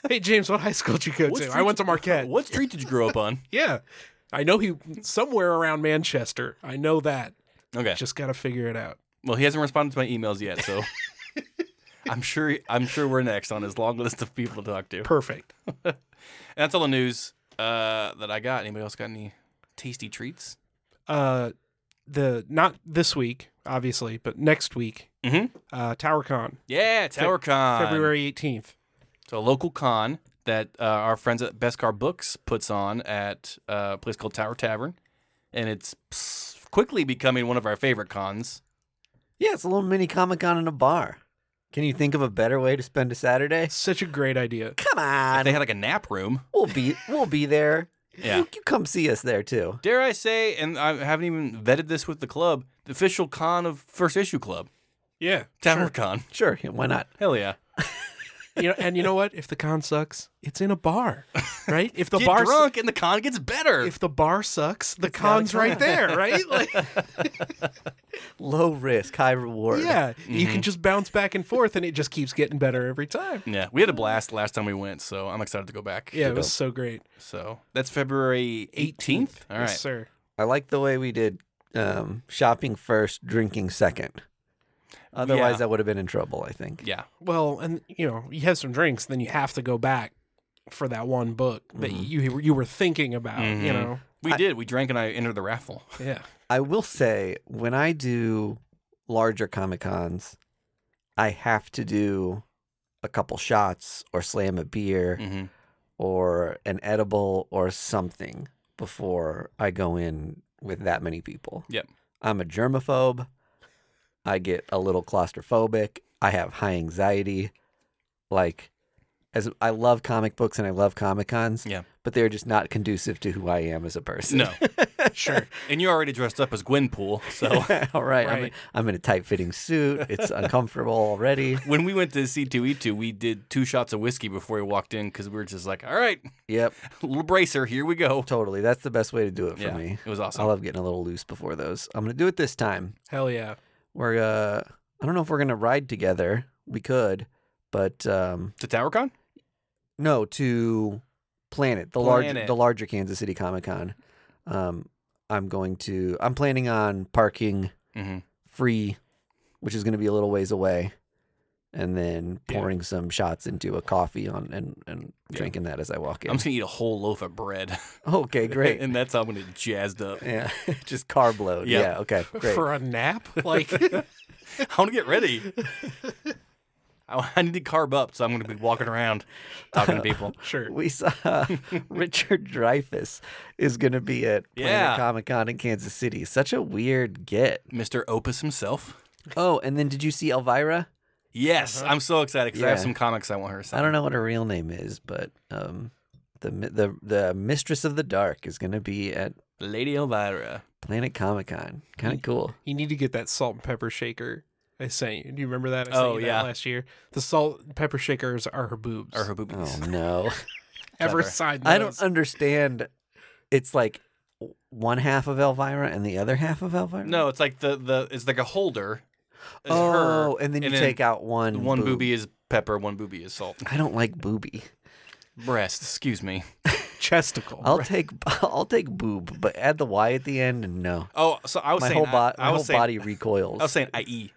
Speaker 3: hey, James, what high school did you go to? I went to Marquette.
Speaker 2: What street did you grow up on?
Speaker 3: Yeah. I know he somewhere around Manchester. I know that.
Speaker 2: Okay.
Speaker 3: Just got to figure it out.
Speaker 2: Well, he hasn't responded to my emails yet, so I'm sure I'm sure we're next on his long list of people to talk to. And
Speaker 3: Perfect.
Speaker 2: that's all the news uh, that I got. Anybody else got any tasty treats?
Speaker 3: Uh, the not this week, obviously, but next week.
Speaker 2: Mhm.
Speaker 3: Uh, TowerCon,
Speaker 2: Yeah, TowerCon,
Speaker 3: February eighteenth.
Speaker 2: So a local con that uh, our friends at Best Car Books puts on at uh, a place called Tower Tavern, and it's quickly becoming one of our favorite cons.
Speaker 1: yeah, it's a little mini Comic Con in a bar. Can you think of a better way to spend a Saturday?
Speaker 3: Such a great idea.
Speaker 1: Come on,
Speaker 2: They had like a nap room.
Speaker 1: we'll be we'll be there.
Speaker 2: Yeah.
Speaker 1: You, you come see us there too.
Speaker 2: Dare I say, and I haven't even vetted this with the club, the official con of First Issue Club,
Speaker 3: Yeah.
Speaker 2: Tower Con.
Speaker 1: Sure, yeah, why not?
Speaker 2: Hell yeah.
Speaker 3: You know, and you know what? If the con sucks, it's in a bar, right? If the
Speaker 2: Get
Speaker 3: bar su-
Speaker 2: drunk and the con gets better.
Speaker 3: if the bar sucks,
Speaker 1: not
Speaker 3: the
Speaker 1: a
Speaker 3: con's right
Speaker 1: con.
Speaker 3: there, right? Like,
Speaker 1: Low risk, high reward.
Speaker 3: yeah, you can just bounce back and forth, and it just keeps getting better every time.
Speaker 2: yeah, we had a blast last time we went, so I'm excited to go back.
Speaker 3: Yeah, it was so great.
Speaker 2: So that's February 18th. All right.
Speaker 3: Yes, sir.
Speaker 1: I like the way we did um, shopping first, drinking second. Otherwise,
Speaker 2: Yeah.
Speaker 1: I would have been in trouble. I think.
Speaker 2: Yeah.
Speaker 3: Well, and you know, you have some drinks, then you have to go back for that one book that you you were thinking about. You
Speaker 2: Mhm.
Speaker 3: know,
Speaker 2: We did. We drank and I entered the raffle.
Speaker 3: yeah.
Speaker 1: I will say when I do larger comic cons, I have to do a couple shots or slam a beer
Speaker 2: hmm
Speaker 1: or an edible or something before I go in with that many people.
Speaker 2: Yep.
Speaker 1: I'm a germaphobe. I get a little claustrophobic. I have high anxiety. Like as I love comic books and I love comic cons,
Speaker 2: Yeah.
Speaker 1: but they're just not conducive to who I am as a person.
Speaker 2: No.
Speaker 3: Sure.
Speaker 2: And you're already dressed up as Gwenpool. So
Speaker 1: All right, I'm,
Speaker 3: Right.
Speaker 1: I'm in a tight fitting suit. It's uncomfortable already.
Speaker 2: when we went to C2E2, we did two shots of whiskey before we walked in because we were just like, all right,
Speaker 1: Yep,
Speaker 2: little bracer, here we go.
Speaker 1: totally. That's the best way to do it for
Speaker 2: yeah.
Speaker 1: me.
Speaker 2: It was
Speaker 1: I
Speaker 2: awesome.
Speaker 1: love getting a little loose before those. I'm gonna do it this time.
Speaker 3: Hell yeah.
Speaker 1: We're uh I don't know if we're gonna ride together. We could, but um
Speaker 2: to TowerCon?
Speaker 1: no to Planet, the large
Speaker 2: Planet.
Speaker 1: the larger Kansas City Comic Con. Um I'm going to I'm planning on parking
Speaker 2: Mm-hmm.
Speaker 1: free, which is gonna be a little ways away. And then
Speaker 3: Yeah.
Speaker 1: pouring some shots into a coffee on and, and
Speaker 2: Yeah.
Speaker 1: drinking that as I walk in.
Speaker 2: I'm just gonna eat a whole loaf of bread.
Speaker 1: okay, great.
Speaker 2: and that's how I'm gonna get jazzed up.
Speaker 1: yeah. Just carb load.
Speaker 2: Yeah.
Speaker 1: Yeah, okay. Great.
Speaker 3: For a nap, like
Speaker 2: I want to get ready. I I need to carb up, so I'm gonna be walking around talking to people.
Speaker 3: sure.
Speaker 1: we saw Richard Dreyfuss is going to be at Planet
Speaker 2: Yeah.
Speaker 1: Comic Con in Kansas City. Such a weird get.
Speaker 2: Mr. Opus himself.
Speaker 1: Oh, and then did you see Elvira?
Speaker 2: Yes, I'm so excited because I have
Speaker 1: Yeah.
Speaker 2: some comics I want her to sign.
Speaker 1: I don't know what her real name is, but um, the mi- the the Mistress of the Dark is going to be at
Speaker 2: Lady Elvira.
Speaker 1: Planet Comic Con. Kind of cool.
Speaker 3: You need to get that salt and pepper shaker. I sent you. Do you remember that? I sent
Speaker 2: Oh,
Speaker 3: you that
Speaker 2: yeah.
Speaker 3: last year. The salt and pepper shakers are her boobs.
Speaker 2: Or her boobies.
Speaker 1: Oh no,
Speaker 3: Ever
Speaker 2: clever.
Speaker 3: signed?
Speaker 1: I don't understand. It's like one half of Elvira and the other half of Elvira.
Speaker 2: No, it's like the the it's like a holder. It's her,
Speaker 1: Oh, and then you take out one
Speaker 2: one
Speaker 1: boob.
Speaker 2: boobie is pepper, one boobie is salt.
Speaker 1: I don't like boobie.
Speaker 2: Breast, excuse me.
Speaker 3: chesticle.
Speaker 1: I'll take I'll take boob, but add the y at the end. and No,
Speaker 2: Oh, so I was
Speaker 1: my
Speaker 2: saying
Speaker 1: whole, bo-
Speaker 2: I, I
Speaker 1: my
Speaker 2: was
Speaker 1: whole
Speaker 2: saying,
Speaker 1: body
Speaker 2: I was
Speaker 1: recoils.
Speaker 2: saying IE.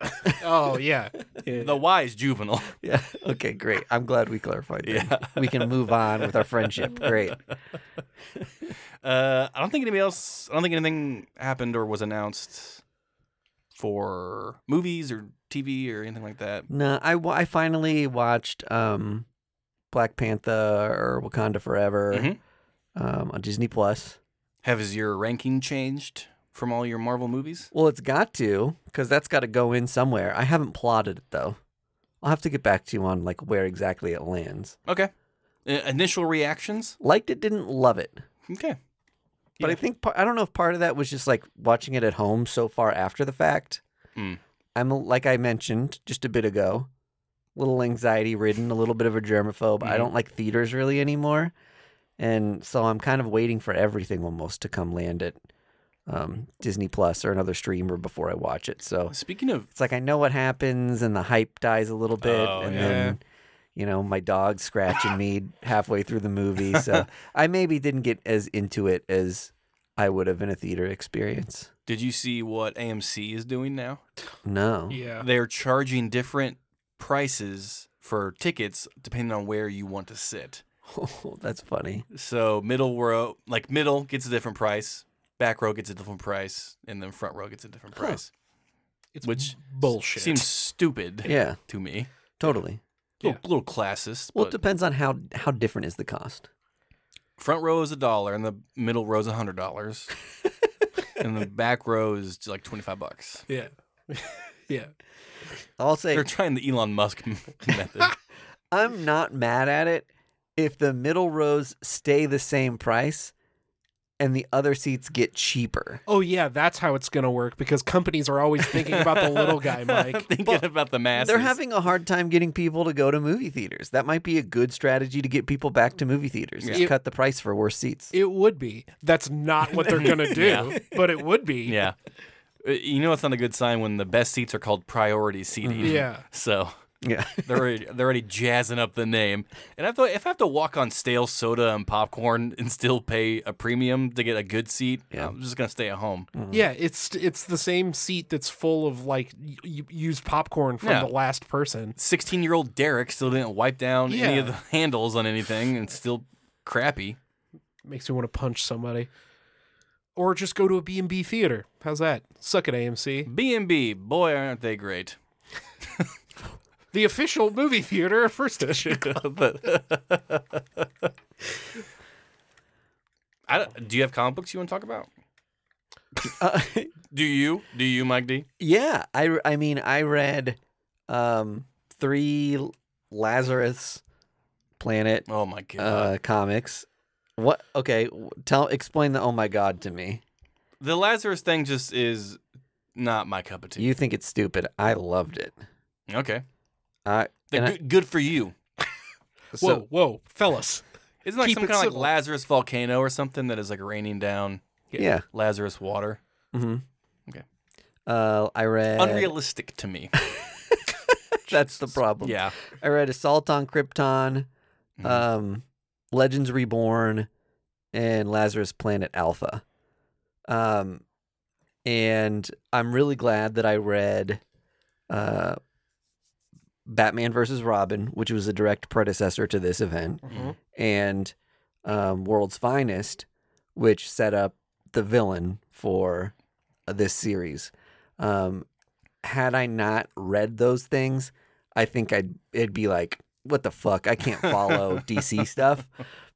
Speaker 3: oh yeah. Yeah.
Speaker 2: The Y is juvenile.
Speaker 1: Yeah. Okay. Great. I'm glad we clarified that.
Speaker 2: Yeah.
Speaker 1: We can move on with our friendship. Great.
Speaker 2: Uh, I don't think anybody else. I don't think anything happened or was announced for movies or TV or anything like that.
Speaker 1: No, I, wa- I finally watched um, Black Panther or Wakanda Forever
Speaker 2: Mhm.
Speaker 1: um, on Disney Plus.
Speaker 2: Has your ranking changed from all your Marvel movies?
Speaker 1: Well, it's got to because that's got to go in somewhere. I haven't plotted it though. I'll have to get back to you on like where exactly it lands.
Speaker 2: Okay. I- initial reactions.
Speaker 1: Liked it, didn't love it.
Speaker 2: Okay.
Speaker 1: But I
Speaker 3: Yeah.
Speaker 1: think par- I don't know if part of that was just like watching it at home so far after the fact.
Speaker 2: Mm.
Speaker 1: I'm a- like I mentioned just a bit ago, a little anxiety ridden, a little bit of a germaphobe. I
Speaker 2: Mhm.
Speaker 1: don't like theaters really anymore, and so I'm kind of waiting for everything almost to come land at um, Disney Plus or another streamer before I watch it. So
Speaker 2: Speaking of
Speaker 1: it's like I know what happens, and the hype dies a little bit,
Speaker 2: Oh,
Speaker 1: and
Speaker 2: yeah.
Speaker 1: then you know my dog scratching me halfway through the movie, so I maybe didn't get as into it as I would have in a theater experience.
Speaker 2: Did you see what AMC is doing now?
Speaker 1: No,
Speaker 3: Yeah.
Speaker 2: They're charging different prices for tickets depending on where you want to sit.
Speaker 1: Oh, that's funny.
Speaker 2: So middle row, like middle gets a different price, back row gets a different price, and then front row gets a different
Speaker 1: Huh.
Speaker 2: price.
Speaker 3: It's
Speaker 2: Which
Speaker 3: bullshit.
Speaker 2: Seems stupid
Speaker 1: Yeah,
Speaker 2: to me.
Speaker 1: totally.
Speaker 2: Little, little classist.
Speaker 1: Well, it
Speaker 2: but
Speaker 1: depends on how how different is the cost.
Speaker 2: front row is a dollar, and the middle row is a hundred dollars, and the back row is like twenty five bucks.
Speaker 3: yeah. Yeah.
Speaker 1: I'll say
Speaker 2: They're trying the Elon Musk method.
Speaker 1: I'm not mad at it if the middle rows stay the same price and the other seats get cheaper.
Speaker 3: Oh yeah, that's how it's gonna work because companies are always thinking about the little guy, Mike.
Speaker 2: Thinking
Speaker 1: But
Speaker 2: about the masses.
Speaker 1: They're having a hard time getting people to go to movie theaters. That might be a good strategy to get people back to movie theaters. Is
Speaker 3: Yeah.
Speaker 1: cut the price for worse seats.
Speaker 3: It would be. That's not what they're gonna do,
Speaker 2: Yeah.
Speaker 3: but it would be.
Speaker 2: Yeah. Uh, You know it's not a good sign when the best seats are called priority seating.
Speaker 3: Yeah.
Speaker 2: So
Speaker 1: yeah.
Speaker 2: they're already, they're already jazzing up the name. And I thought if I have to walk on stale soda and popcorn and still pay a premium to get a good seat,
Speaker 1: Yeah.
Speaker 2: I'm just gonna stay at home.
Speaker 3: Yeah, it's it's the same seat that's full of like y- y- used popcorn from
Speaker 2: Yeah.
Speaker 3: the last person.
Speaker 2: Sixteen-year-old Derek still didn't wipe down any of
Speaker 3: Yeah.
Speaker 2: the handles on anything, and it's still crappy.
Speaker 3: Makes me want to punch somebody. Or just go to a B&B theater. How's that? Suck it, AMC.
Speaker 2: B and B, boy, aren't they great?
Speaker 3: The official movie theater of First Issue Club.
Speaker 2: I don't- do you have comic books you want to talk about?
Speaker 1: Uh,
Speaker 2: Do you? Do you, Mike D?
Speaker 1: yeah. I, I mean, I read um, three Lazarus Planet
Speaker 2: Oh my god.
Speaker 1: uh, comics. What? Okay. w- Tell, explain the oh my God to me.
Speaker 2: the Lazarus thing just is not my cup of tea.
Speaker 1: You think it's stupid. I loved it.
Speaker 2: okay.
Speaker 1: I,
Speaker 2: The
Speaker 1: and I-
Speaker 2: good, good for you.
Speaker 1: so-
Speaker 3: Whoa, whoa, fellas.
Speaker 2: Isn't like
Speaker 3: Keep
Speaker 2: some
Speaker 3: it
Speaker 2: kind of like
Speaker 3: civil.
Speaker 2: Lazarus volcano or something that is like raining down
Speaker 1: Yeah.
Speaker 2: Lazarus water?
Speaker 1: hmm
Speaker 2: Okay.
Speaker 1: Uh, I read.
Speaker 2: Unrealistic to me.
Speaker 1: That's the problem.
Speaker 2: yeah.
Speaker 1: I read Assault on Krypton,
Speaker 2: Mhm.
Speaker 1: um, Legends Reborn, and Lazarus Planet Alpha. Um, and I'm really glad that I read uh, Batman versus Robin, which was a direct predecessor to this event,
Speaker 2: Mhm.
Speaker 3: Mm-hmm.
Speaker 1: and um, World's Finest, which set up the villain for uh, this series. Um, had I not read those things, I think I'd it'd be like, what the fuck? I can't follow DC stuff.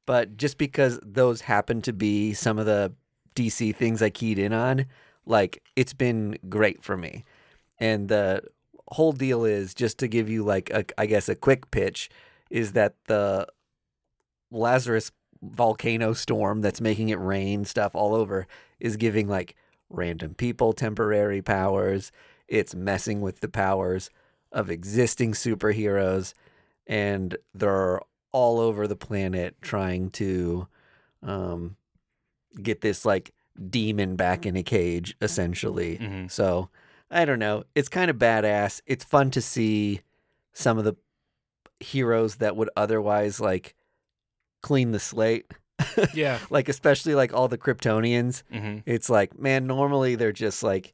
Speaker 1: But just because those happen to be some of the DC things I keyed in on, like it's been great for me. And the whole deal is just to give you like a, I guess a quick pitch is that the Lazarus volcano storm that's making it rain stuff all over is giving like random people temporary powers. It's messing with the powers of existing superheroes, and they're all over the planet trying to um, get this like demon back in a cage, essentially.
Speaker 2: Mhm.
Speaker 1: Mm-hmm. So I don't know. It's kind of badass. It's fun to see some of the heroes that would otherwise like clean the slate.
Speaker 3: Yeah.
Speaker 1: Like especially like all the Kryptonians.
Speaker 2: Mhm.
Speaker 1: It's like, man, normally they're just like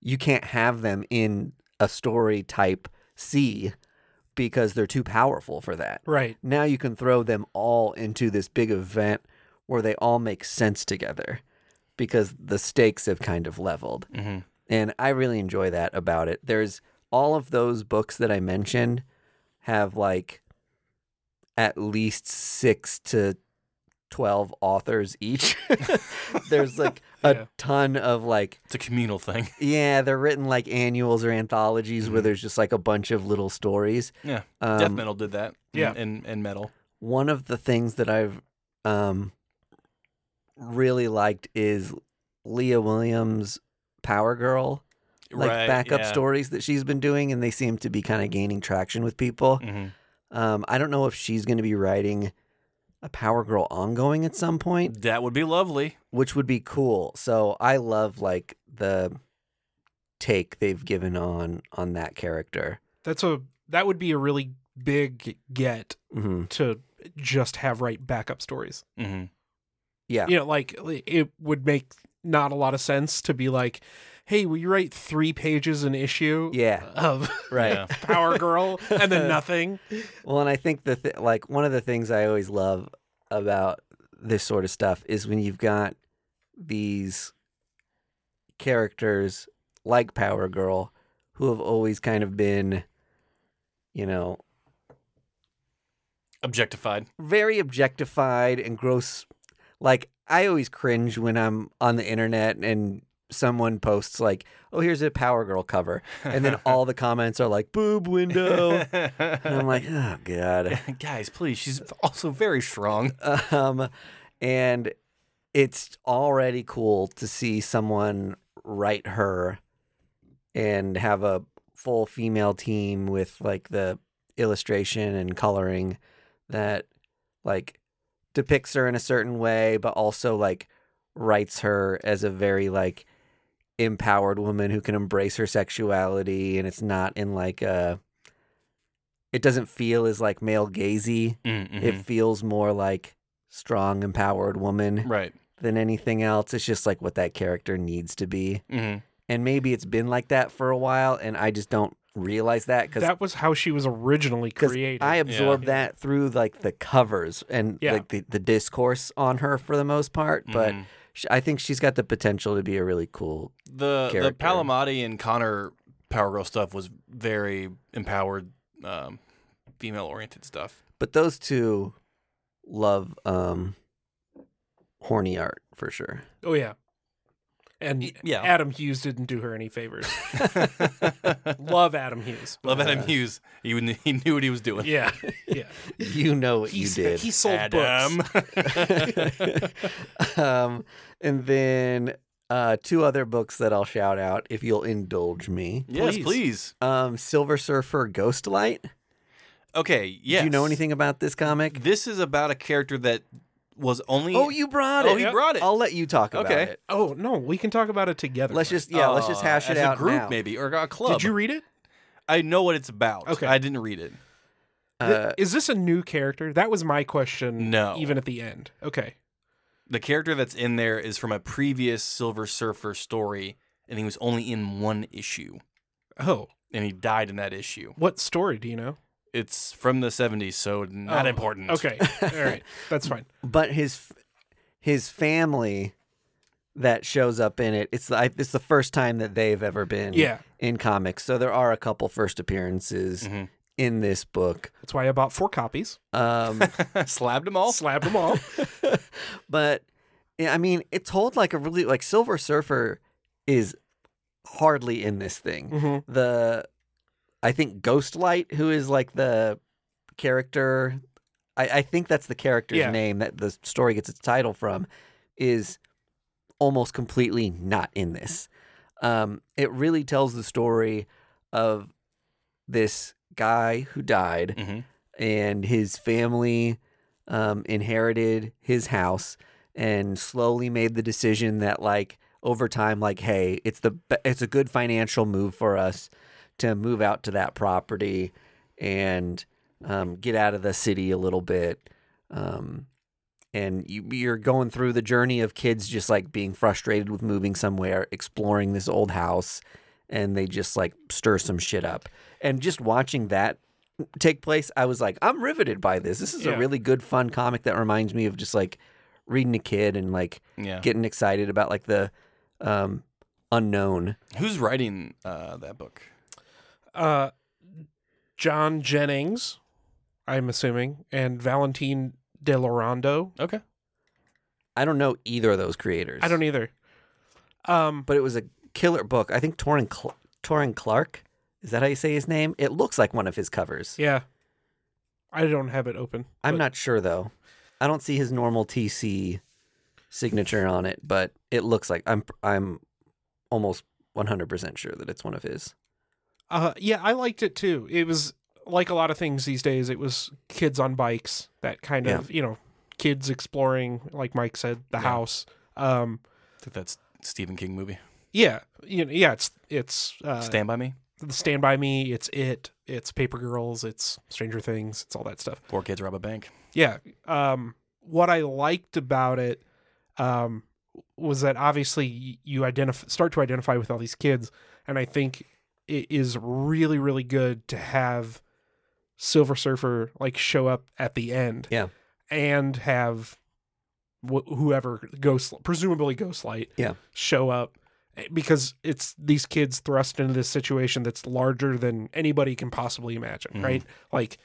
Speaker 1: you can't have them in a story type C because they're too powerful for that.
Speaker 3: Right.
Speaker 1: Now you can throw them all into this big event where they all make sense together because the stakes have kind of leveled.
Speaker 2: Mhm.
Speaker 1: And I really enjoy that about it. There's all of those books that I mentioned have like at least six to 12 authors each. There's like a
Speaker 3: Yeah.
Speaker 1: ton of like,
Speaker 2: It's a communal thing.
Speaker 1: yeah, they're written like annuals or anthologies where there's just like a bunch of little stories.
Speaker 2: Yeah.
Speaker 1: Um,
Speaker 2: Death metal did that.
Speaker 3: yeah.
Speaker 2: And and metal.
Speaker 1: one of the things that I've um, really liked is Leah Williams' Power Girl, like
Speaker 2: right.
Speaker 1: backup
Speaker 2: yeah.
Speaker 1: stories that she's been doing, and they seem to be kind of gaining traction with people.
Speaker 2: Mhm.
Speaker 1: Um, I don't know if she's going to be writing a Power Girl ongoing at some point,
Speaker 2: That would be lovely.
Speaker 1: which would be cool. So I love like the take they've given on on that character.
Speaker 3: That's a that would be a really big get
Speaker 1: hmm
Speaker 3: to just have write backup stories.
Speaker 2: hmm
Speaker 1: Yeah,
Speaker 3: You know, like it would make not a lot of sense to be like, "Hey, will you write 3 pages an issue
Speaker 1: yeah,
Speaker 3: of
Speaker 1: right.
Speaker 2: Yeah.
Speaker 3: Power Girl and then nothing?"
Speaker 1: Well, and I think the th- like one of the things I always love about this sort of stuff is when you've got these characters like Power Girl who have always kind of been, you know,
Speaker 2: Objectified.
Speaker 1: very objectified and gross. Like I always cringe when I'm on the internet and someone posts like, "Oh, here's a Power Girl cover," and then all the comments are like, "Boob window," and I'm like, "Oh god."
Speaker 2: Guys, please. She's also very strong.
Speaker 1: um, and it's already cool to see someone write her and have a full female team with like the illustration and coloring that like depicts her in a certain way but also like writes her as a very like empowered woman who can embrace her sexuality and it's not in like a it doesn't feel as like male gazy
Speaker 2: Mm-hmm.
Speaker 1: it feels more like strong empowered woman
Speaker 2: Right.
Speaker 1: than anything else it's just like what that character needs to be
Speaker 2: Mm-hmm.
Speaker 1: and maybe it's been like that for a while and i just don't realize that because
Speaker 3: that was how she was originally created.
Speaker 1: i absorbed
Speaker 3: Yeah.
Speaker 1: that through like the covers and
Speaker 3: Yeah.
Speaker 1: like the, the discourse on her for the most part but sh i think she's got the potential to be a really cool
Speaker 2: Mm-hmm. the the
Speaker 1: character.
Speaker 2: Palomati and Connor Power Girl stuff was very empowered, um, female oriented stuff.
Speaker 1: but those two love um horny art for sure
Speaker 3: oh yeah, and
Speaker 2: Y- yeah.
Speaker 3: Adam Hughes didn't do her any favors. Love Adam Hughes. but- uh,
Speaker 2: Love Adam Hughes. He, kn- he knew what he was doing.
Speaker 3: Yeah, yeah.
Speaker 1: you know what
Speaker 3: He's-
Speaker 1: you did
Speaker 3: He sold books.
Speaker 1: um, and then uh, two other books that I'll shout out if you'll indulge me.
Speaker 2: yes,
Speaker 3: Please.
Speaker 2: please.
Speaker 1: Um, Silver Surfer Ghostlight.
Speaker 2: Okay. Yes.
Speaker 1: Do you know anything about this comic?
Speaker 2: This is about a character that was only.
Speaker 1: Oh, you brought it.
Speaker 2: Oh, he brought it.
Speaker 1: I'll let you talk about
Speaker 2: Okay.
Speaker 1: it.
Speaker 3: Oh no, we can talk about it together.
Speaker 1: Let's just yeah, let's just
Speaker 2: Uh,
Speaker 1: hash it
Speaker 2: as
Speaker 1: out
Speaker 2: A group,
Speaker 1: now.
Speaker 2: maybe, or a club.
Speaker 3: Did you read it?
Speaker 2: I know what it's about.
Speaker 3: Okay.
Speaker 2: I didn't read it.
Speaker 3: Th-
Speaker 1: Uh,
Speaker 3: Is this a new character? That was my question.
Speaker 2: No.
Speaker 3: even at the end. Okay.
Speaker 2: The character that's in there is from a previous Silver Surfer story, and he was only in one issue,
Speaker 3: Oh,
Speaker 2: and he died in that issue.
Speaker 3: what story do you know?
Speaker 2: It's from the 70s, so not
Speaker 3: Oh,
Speaker 2: important.
Speaker 3: Okay, all right, that's fine.
Speaker 1: but his f- his family that shows up in it. It's the I, it's the first time that they've ever been
Speaker 3: Yeah,
Speaker 1: in comics. So there are a couple first appearances
Speaker 2: Mhm.
Speaker 1: in this book.
Speaker 3: that's why I bought four copies.
Speaker 1: Um,
Speaker 2: Slabbed him all.
Speaker 3: Slab them all.
Speaker 1: but yeah, I mean, it told like a really like Silver Surfer is hardly in this thing.
Speaker 2: Mm-hmm.
Speaker 3: hmm
Speaker 1: The I think Ghostlight, who is like the character, I, I think that's the character's
Speaker 3: Yeah.
Speaker 1: name that the story gets its title from, is almost completely not in this. Um, it really tells the story of this guy who died
Speaker 2: Mhm.
Speaker 1: and his family um, inherited his house and slowly made the decision that like over time like hey it's the be- it's a good financial move for us to move out to that property and um, get out of the city a little bit um, and you, you're going through the journey of kids just like being frustrated with moving somewhere exploring this old house and they just like stir some shit up and just watching that take place, I was like, I'm riveted by this. This is
Speaker 3: Yeah.
Speaker 1: a really good, fun comic that reminds me of just like reading a kid and like
Speaker 2: Yeah.
Speaker 1: getting excited about like the um, unknown.
Speaker 2: Who's writing uh, that book?
Speaker 3: Uh, John Jennings, I'm assuming, and Valentine Delorando.
Speaker 2: Okay.
Speaker 1: I don't know either of those creators.
Speaker 3: I don't e-, either. Um,
Speaker 1: But it was a killer book. I think Torin Cl- Torin Clark. Is that how you say his name? It looks like one of his covers.
Speaker 3: yeah, I don't have it open.
Speaker 1: I'm
Speaker 3: but-
Speaker 1: not sure though. I don't see his normal TC signature on it, but it looks like I'm I'm almost 100% sure that it's one of his.
Speaker 3: Uh, yeah, I liked it too. It was like a lot of things these days. It was kids on bikes, that kind
Speaker 1: Yeah.
Speaker 3: of you know, kids exploring, like Mike said, the
Speaker 2: Yeah.
Speaker 3: house. Um,
Speaker 2: I think that's Stephen King movie.
Speaker 3: yeah, you know, yeah, it's it's uh,
Speaker 2: Stand by Me.
Speaker 3: the Stand by Me, it's it, it's Paper Girls, it's Stranger Things, it's all that stuff.
Speaker 2: Four kids rob a bank.
Speaker 3: Yeah. Um, what I liked about it um, was that obviously y- you identify start to identify with all these kids, and I think it is really really good to have Silver Surfer like show up at the end.
Speaker 1: Yeah.
Speaker 3: And have wh- whoever ghost presumably Ghostlight
Speaker 1: Yeah.
Speaker 3: show up eh, because it's these kids thrust into this situation that's larger than anybody can possibly imagine,
Speaker 1: Mm-hmm.
Speaker 2: Mhm.
Speaker 3: right? Like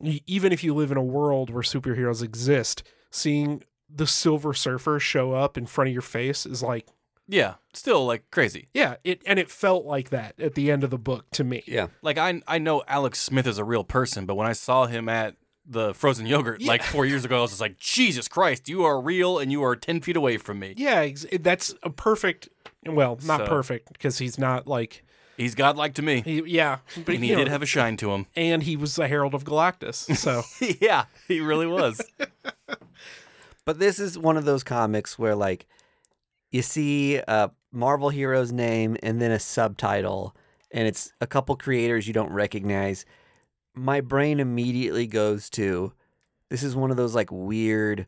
Speaker 3: y- even if you live in a world where superheroes exist, seeing the Silver Surfer show up in front of your face is like
Speaker 2: Yeah, still like crazy.
Speaker 3: Yeah, it and it felt like that at the end of the book to me.
Speaker 1: Yeah.
Speaker 2: Like I I know Alex Smith is a real person, but when I saw him at the frozen yogurt like
Speaker 3: Yeah.
Speaker 2: four years ago, I was just like, Jesus Christ, you are real and you are ten feet away from me.
Speaker 3: Yeah, ex- that's a perfect. Well, not
Speaker 2: So-
Speaker 3: perfect because he's not like
Speaker 2: He's godlike to me.
Speaker 3: he, yeah, but
Speaker 2: and he
Speaker 3: you know,
Speaker 2: did have a shine to him.
Speaker 3: and he was the herald of Galactus. So
Speaker 2: yeah, he really was.
Speaker 1: But this is one of those comics where like you see a Marvel hero's name and then a subtitle and it's a couple creators you don't recognize. My brain immediately goes to this is one of those like weird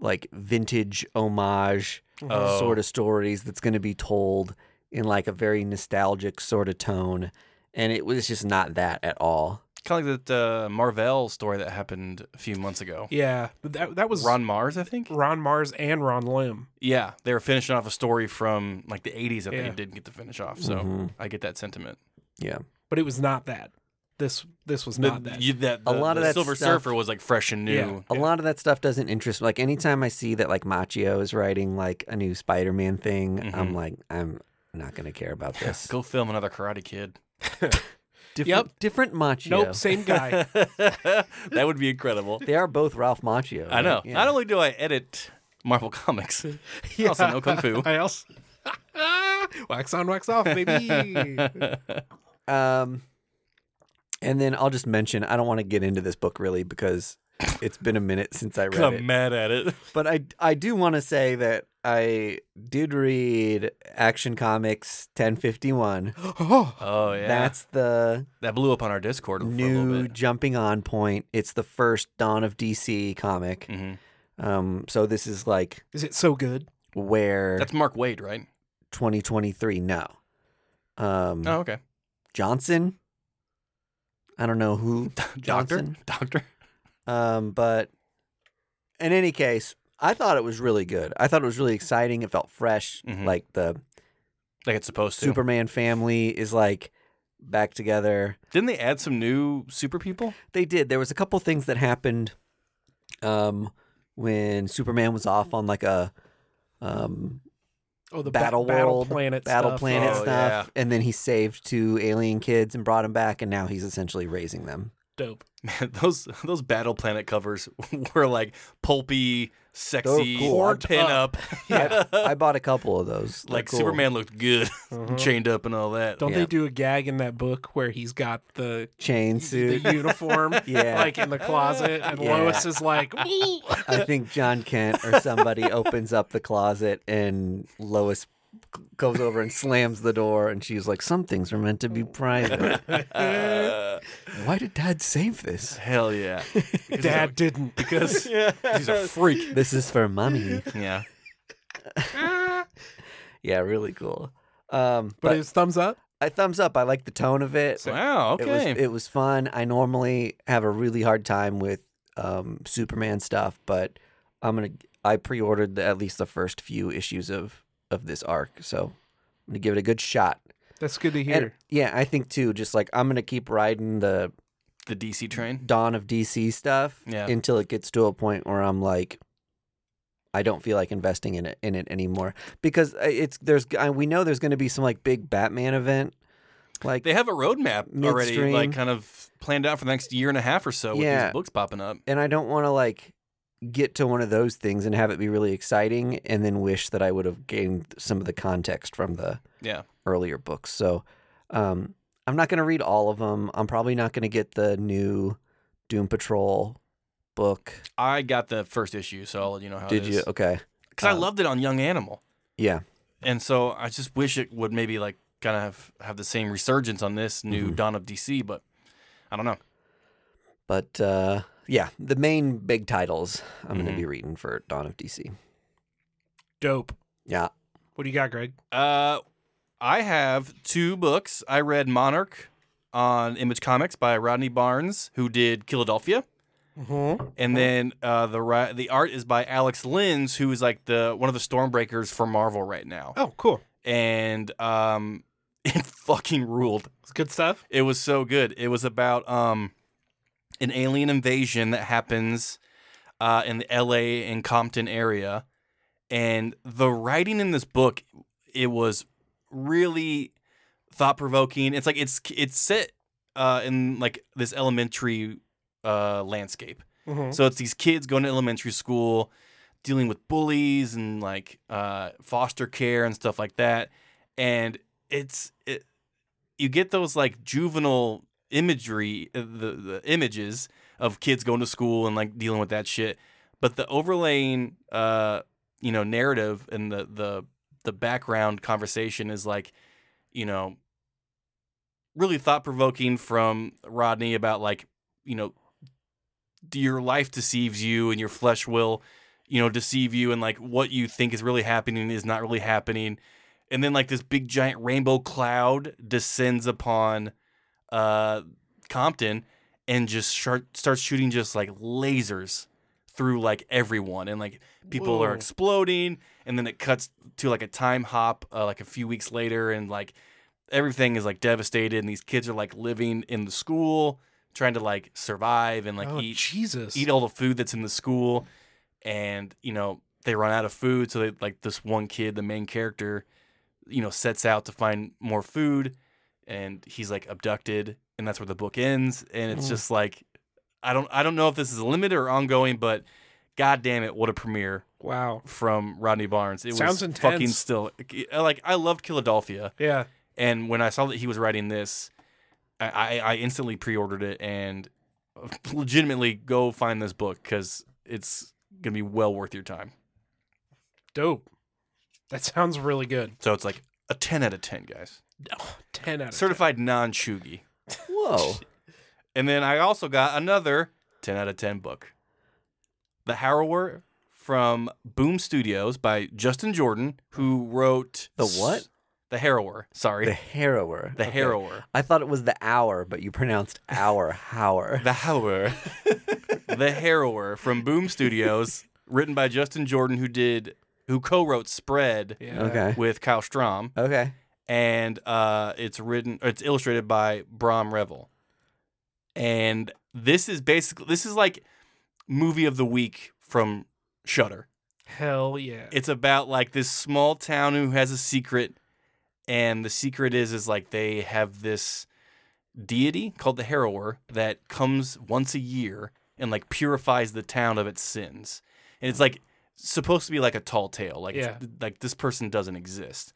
Speaker 1: like vintage homage
Speaker 2: Oh.
Speaker 1: sort of stories that's going to be told in like a very nostalgic sort of tone and it was just not that at all.
Speaker 2: kind of like that uh, Marvel story that happened a few months ago.
Speaker 3: yeah, but that that was Ron,
Speaker 2: Ron Mars, I think.
Speaker 3: Mars and Ron Lim.
Speaker 2: Yeah, they were finishing off a story from like the 80s that
Speaker 3: Yeah.
Speaker 2: they didn't get to finish off. So
Speaker 1: Mhm.
Speaker 2: I get that sentiment.
Speaker 1: yeah.
Speaker 3: but it was not that. This this was not
Speaker 2: The-
Speaker 3: that.
Speaker 2: you- that
Speaker 1: A
Speaker 2: the-
Speaker 1: lot of
Speaker 2: the
Speaker 1: that
Speaker 2: Silver
Speaker 1: stuff-
Speaker 2: Surfer was like fresh and new.
Speaker 3: Yeah.
Speaker 1: A lot of that stuff doesn't interest me. Like anytime I see that like Machio is writing like a new Spider-Man thing, I'm
Speaker 2: Mhm.
Speaker 1: like, I'm not gonna care about this.
Speaker 2: Go film another Karate Kid.
Speaker 1: different, different Machio.
Speaker 3: nope, same guy.
Speaker 2: that would be incredible.
Speaker 1: They are both Ralph Machio.
Speaker 2: I know.
Speaker 1: right? Yeah.
Speaker 2: Not only do I edit Marvel comics, I also know kung fu.
Speaker 3: I else. wax on, wax off, baby.
Speaker 1: Um, and then I'll just mention I don't want to get into this book really because it's been a minute since I read it.
Speaker 2: I'm mad at it.
Speaker 1: But I I do want to say that I did read Action Comics 1051.
Speaker 3: oh,
Speaker 2: Oh yeah,
Speaker 1: That's the
Speaker 2: that blew up on our Discord for a little
Speaker 1: new
Speaker 2: bit.
Speaker 1: jumping on point. It's the first Dawn of DC comic.
Speaker 2: hmm
Speaker 1: Um, so this is like
Speaker 3: is it so good?
Speaker 1: where
Speaker 2: That's Mark Wade, right?
Speaker 1: 2023 no. Um,
Speaker 2: Oh okay,
Speaker 1: Johnson. I don't know who,
Speaker 2: doctor,
Speaker 1: Johnson.
Speaker 2: doctor.
Speaker 1: um, but in any case, I thought it was really good. I thought it was really exciting. It felt fresh.
Speaker 2: Mhm.
Speaker 1: Like the
Speaker 2: Like it's supposed to.
Speaker 1: Superman family is like back together.
Speaker 2: Didn't they add some new super people?
Speaker 1: They did. There was a couple things that happened um, when Superman was off on like a um,
Speaker 3: Oh, the
Speaker 1: Battle
Speaker 3: ba- battle
Speaker 1: World,
Speaker 3: planet,
Speaker 1: Battle
Speaker 3: stuff.
Speaker 1: Planet
Speaker 2: Oh,
Speaker 1: stuff, and then he saved two alien kids and brought them back, and now he's essentially raising them.
Speaker 3: dope.
Speaker 2: Man, those those Battle Planet covers were like pulpy, sexy,
Speaker 1: cool.
Speaker 2: or
Speaker 1: Horned
Speaker 2: pin up.
Speaker 1: I bought a couple of those. They're
Speaker 2: like
Speaker 1: cool. Mm-hmm.
Speaker 2: Superman looked good, chained up and all that.
Speaker 3: Don't
Speaker 1: Yeah.
Speaker 3: they do a gag in that book where he's got the
Speaker 1: chain
Speaker 3: the
Speaker 1: suit.
Speaker 3: uniform
Speaker 1: Yeah.
Speaker 3: like in the closet, and
Speaker 1: Yeah.
Speaker 3: Lois is like, "Woo."
Speaker 1: I think John Kent or somebody opens up the closet, and Lois c- goes over and slams the door, and she's like, "Some things are meant to be private.
Speaker 2: Uh,
Speaker 1: Why did Dad save this?
Speaker 2: hell yeah, Because
Speaker 3: "Dad didn't."
Speaker 2: he's a- because he's a freak.
Speaker 1: This is for Mummy."
Speaker 2: Yeah,
Speaker 1: Yeah, really cool. Um,
Speaker 3: But
Speaker 1: but
Speaker 3: his thumbs up.
Speaker 1: I thumbs up. I like the tone of it.
Speaker 2: wow. Okay,
Speaker 1: It was, it was fun. I normally have a really hard time with um, Superman stuff, but I'm gonna. I pre-ordered the, at least the first few issues of of this arc, so I'm gonna give it a good shot.
Speaker 3: That's good to hear.
Speaker 1: And yeah, I think too. Just like I'm gonna keep riding the
Speaker 2: the DC train.
Speaker 1: dawn of DC stuff
Speaker 2: Yeah.
Speaker 1: until it gets to a point where I'm like, I don't feel like investing in it in it anymore because uh, it's there's I, we know there's gonna be some like big Batman event. Like
Speaker 2: They have a roadmap already,
Speaker 1: Midstream.
Speaker 2: like kind of planned out for the next year and a half or so with
Speaker 1: Yeah.
Speaker 2: these books popping up.
Speaker 1: and I don't want to like get to one of those things and have it be really exciting and then wish that I would have gained some of the context from the
Speaker 2: Yeah.
Speaker 1: earlier books. So um, I'm not going to read all of them. I'm probably not going to get the new Doom Patrol book.
Speaker 2: I got the first issue, so I'll let you know how
Speaker 1: Did
Speaker 2: Oh, it
Speaker 1: you?
Speaker 2: is.
Speaker 1: Okay.
Speaker 2: Because
Speaker 1: um,
Speaker 2: I loved it on Young Animal.
Speaker 1: Yeah.
Speaker 2: and so I just wish it would maybe like kind of have, have the same resurgence on this new
Speaker 1: Mhm.
Speaker 2: Dawn of DC, but I don't know.
Speaker 1: But uh, yeah, the main big titles I'm going
Speaker 2: Mhm.
Speaker 1: to be reading for Dawn of DC.
Speaker 3: Dope.
Speaker 1: Yeah.
Speaker 3: What do you got, Greg?
Speaker 2: Uh, I have two books. I read Monarch on Image Comics by Rodney Barnes, who did Philadelphia, and then uh, the ri- the art is by Alex Linz, who is like the one of the Stormbreakers for Marvel right now,
Speaker 3: Oh, cool.
Speaker 2: and um, it fucking ruled.
Speaker 3: It's good stuff.
Speaker 2: It was so good. It was about um an alien invasion that happens uh in the LA and Compton area. And the writing in this book It was really thought provoking. It's like it's it's set uh, in like this elementary uh, landscape.
Speaker 3: Mhm.
Speaker 2: So it's these kids going to elementary school, dealing with bullies and like uh, foster care and stuff like that. And it's it, you get those like juvenile imagery, uh, the the images of kids going to school and like dealing with that shit. But the overlaying, uh, you know, narrative and the the the background conversation is like, you know, really thought provoking from Rodney about like, you know, your life deceives you and your flesh will you know deceive you and like what you think is really happening is not really happening and then like this big giant rainbow cloud descends upon uh compton and just start, starts shooting just like lasers through like everyone and like people are
Speaker 3: Whoa.
Speaker 2: exploding and then it cuts to like a time hop uh, like a few weeks later and like everything is like devastated and these kids are like living in the school trying to like survive and like
Speaker 3: oh,
Speaker 2: eat
Speaker 3: Jesus.
Speaker 2: eat all the food that's in the school and you know they run out of food so they like this one kid the main character you know sets out to find more food and he's like abducted and that's where the book ends and it's
Speaker 3: Mm.
Speaker 2: just like i don't i don't know if this is limited or ongoing but god damn it what a premiere
Speaker 3: wow.
Speaker 2: from rodney barnes it was
Speaker 3: Sounds
Speaker 2: fucking
Speaker 3: intense.
Speaker 2: still like i loved philadelphia
Speaker 3: Yeah.
Speaker 2: and when I saw that he was writing this, I, I, I instantly pre-ordered it and legitimately go find this book because it's gonna be well worth your time.
Speaker 3: Dope. That sounds really good.
Speaker 2: So it's like a ten out of ten, guys.
Speaker 3: Oh, 10 out of
Speaker 2: Certified non-shugi.
Speaker 1: Whoa.
Speaker 2: And then I also got another ten out of ten book, The Harrower from Boom Studios by Justin Jordan, who wrote
Speaker 1: The what?
Speaker 2: The Harrower. Sorry,
Speaker 1: The
Speaker 2: The,
Speaker 1: harrower. Okay.
Speaker 2: Harrower.
Speaker 1: I thought it was the hour, but you pronounced hour, hour.
Speaker 2: The Harrower. the Harrower from Boom Studios, written by Justin Jordan, who did who co-wrote Spread
Speaker 3: 10. Yeah.
Speaker 1: Okay.
Speaker 2: with Kyle Strom,
Speaker 1: Okay.
Speaker 2: and uh, it's written it's illustrated by Brom Revel. And this is basically this is like movie of the week from Shutter.
Speaker 3: Hell yeah.
Speaker 2: It's about like this small town who has a secret, and the secret is is like they have this deity called the Harrower that comes once a year and like purifies the town of its sins, and it's like supposed to be like a tall tale, like it's- like this person doesn't exist,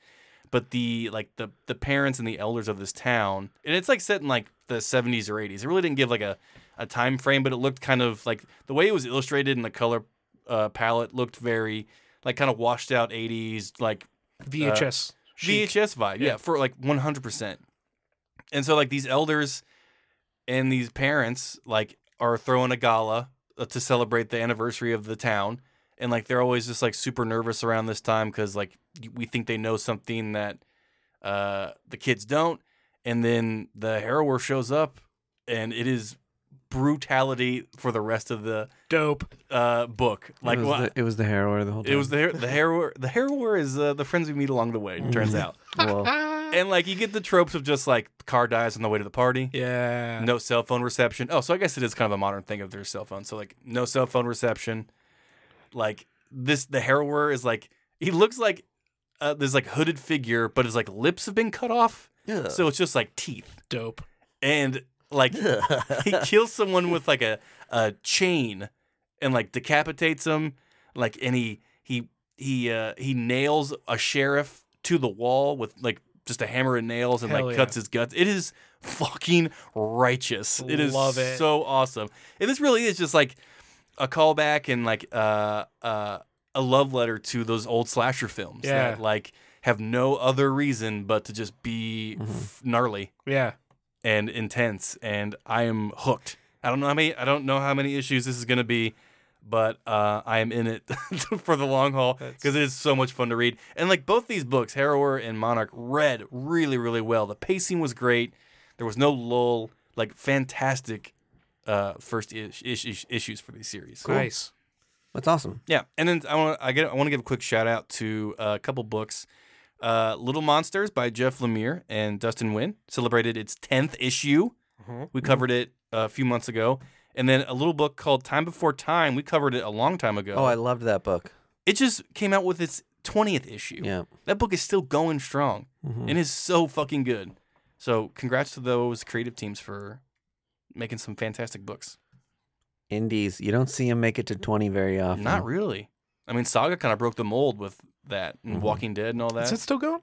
Speaker 2: but the like the the parents and the elders of this town, and it's like set in like the 70s or 80s. It really didn't give like a a time frame, but it looked kind of like the way it was illustrated and the color uh, palette looked very like kind of washed out 80s like
Speaker 3: VHS. chic.
Speaker 2: VHS vibe. Yeah,
Speaker 3: Yeah.
Speaker 2: for like 100%. And so like these elders and these parents like are throwing a gala uh, to celebrate the anniversary of the town and like they're always just like super nervous around this time cuz like y- we think they know something that uh the kids don't and then the harrower shows up and it is brutality for the rest of the
Speaker 3: Dope.
Speaker 2: uh book like
Speaker 1: it was,
Speaker 2: wha-
Speaker 1: the, it was the harrower the whole time.
Speaker 2: it was the har- the harrower the harrower is uh, the friends we meet along the way.
Speaker 1: Mm-hmm.
Speaker 2: It turns out,
Speaker 1: Whoa.
Speaker 2: Oh.
Speaker 3: Ah.
Speaker 2: and like you get the tropes of just like car dies on the way to the party,
Speaker 3: Yeah.
Speaker 2: no cell phone reception. Oh, so I guess it is kind of a modern thing of their cell phone. So like no cell phone reception, like this the harrower is like he looks like uh, this like hooded figure, but his like lips have been cut off,
Speaker 1: Ugh.
Speaker 2: so it's just like teeth
Speaker 3: Dope.
Speaker 2: and like
Speaker 1: Ugh.
Speaker 2: he kills someone with like a, a chain and like decapitates him like and he he he uh he nails a sheriff to the wall with like just a hammer and nails and
Speaker 3: Hell
Speaker 2: like
Speaker 3: yeah.
Speaker 2: cuts his guts it is fucking righteous it is
Speaker 3: Love it.
Speaker 2: so awesome and this really is just like a callback and like uh uh a love letter to those old slasher films
Speaker 3: Yeah.
Speaker 2: that like have no other reason but to just be
Speaker 3: Mm-hmm.
Speaker 2: f- gnarly
Speaker 3: Yeah.
Speaker 2: and intense and I am hooked. I don't know how many I don't know how many issues this is going to be, but uh, I am in it for the long haul because it is so much fun to read. And like both these books, Harrower and Monarch read really really well. The pacing was great. There was no lull. Like fantastic uh, first ish, ish, ish- issues for these series.
Speaker 3: Nice.
Speaker 1: That's awesome.
Speaker 2: Yeah, and then I want I get I want to give a quick shout out to uh, a couple books. Uh, Little Monsters by Jeff Lemire and Dustin Wynn celebrated its tenth issue.
Speaker 3: Mhm.
Speaker 2: We covered it a few months ago, and then a little book called Time Before Time. We covered it a long time ago.
Speaker 1: Oh, I loved that book.
Speaker 2: it just came out with its 20th issue.
Speaker 1: Yeah.
Speaker 2: That book is still going strong
Speaker 1: Mhm.
Speaker 2: and is so fucking good. So, congrats to those creative teams for making some fantastic books.
Speaker 1: Indies, you don't see them make it to 20 very often.
Speaker 2: Not really. I mean, Saga kind of broke the mold with that and
Speaker 1: Mhm.
Speaker 2: Walking Dead and all that.
Speaker 3: Is it still going?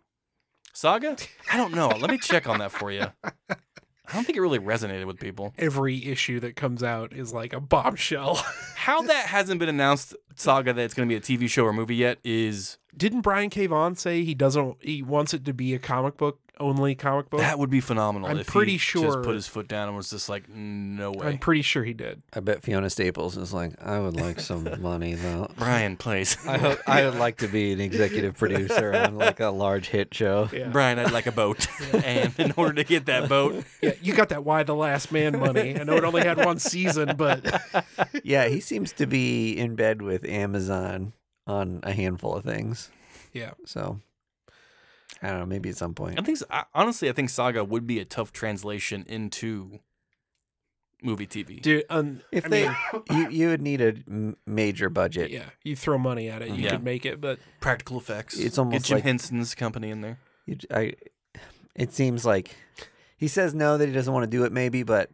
Speaker 2: Saga? I don't know. Let me check on that for you. I don't think it really resonated with people.
Speaker 3: Every issue that comes out is like a bombshell.
Speaker 2: How that hasn't been announced, Saga, that it's going to be a TV show or movie yet, is
Speaker 3: Didn't Brian K. Vaughan say he doesn't? He wants it to be a comic book only comic book.
Speaker 2: that would be phenomenal.
Speaker 3: I'm
Speaker 2: if
Speaker 3: pretty
Speaker 2: he
Speaker 3: sure-
Speaker 2: Just put his foot down and was just like, no way.
Speaker 3: I'm pretty sure he did.
Speaker 1: I bet Fiona Staples is like, I would like some money though.
Speaker 2: Brian plays.
Speaker 1: I hope, I would like to be an executive producer on like a large hit show.
Speaker 3: Yeah.
Speaker 2: Brian, I'd like a boat. and in order to get that boat,
Speaker 3: yeah, you got that "Why the Last Man" money. I know it only had one season, but
Speaker 1: Yeah, he seems to be in bed with Amazon on a handful of things.
Speaker 3: yeah,
Speaker 1: So I don't know, maybe at some point.
Speaker 2: I think, I- honestly, I think Saga would be a tough translation into movie TV.
Speaker 3: dude. Um,
Speaker 1: If
Speaker 3: I
Speaker 1: they
Speaker 3: mean,
Speaker 1: you, you would need a m- major budget.
Speaker 3: yeah, you throw money at it, you
Speaker 2: Yeah.
Speaker 3: could make it. But
Speaker 2: Practical effects.
Speaker 1: It's almost
Speaker 2: get Jim
Speaker 1: like-
Speaker 2: Henson's company in there.
Speaker 1: You, j- I it seems like he says no that he doesn't want to do it maybe, but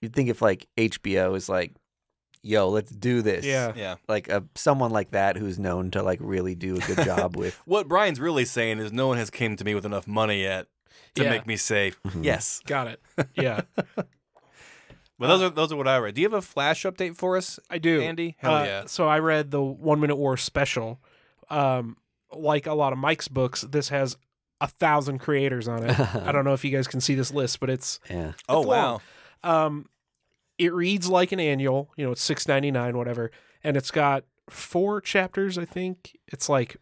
Speaker 1: you'd think if like HBO is like, yo, let's do this.
Speaker 3: yeah,
Speaker 2: Yeah.
Speaker 1: Like a someone like that who's known to like really do a good job with
Speaker 2: What Brian's really saying is no one has came to me with enough money yet to
Speaker 3: Yeah.
Speaker 2: make me say
Speaker 1: Mhm.
Speaker 2: yes.
Speaker 3: got it. Yeah,
Speaker 2: But
Speaker 3: Uh,
Speaker 2: those are those are what I read. Do you have a flash update for us,
Speaker 3: I do.
Speaker 2: Andy? Oh, Hell
Speaker 3: Uh,
Speaker 2: yeah.
Speaker 3: So I read the One Minute War special. Um, like a lot of Mike's books, this has a thousand creators on it. I don't know if you guys can see this list, but it's
Speaker 1: Yeah.
Speaker 2: Oh
Speaker 3: long.
Speaker 2: wow.
Speaker 3: um it reads like an annual you know it's 699 whatever and it's got four chapters i think it's like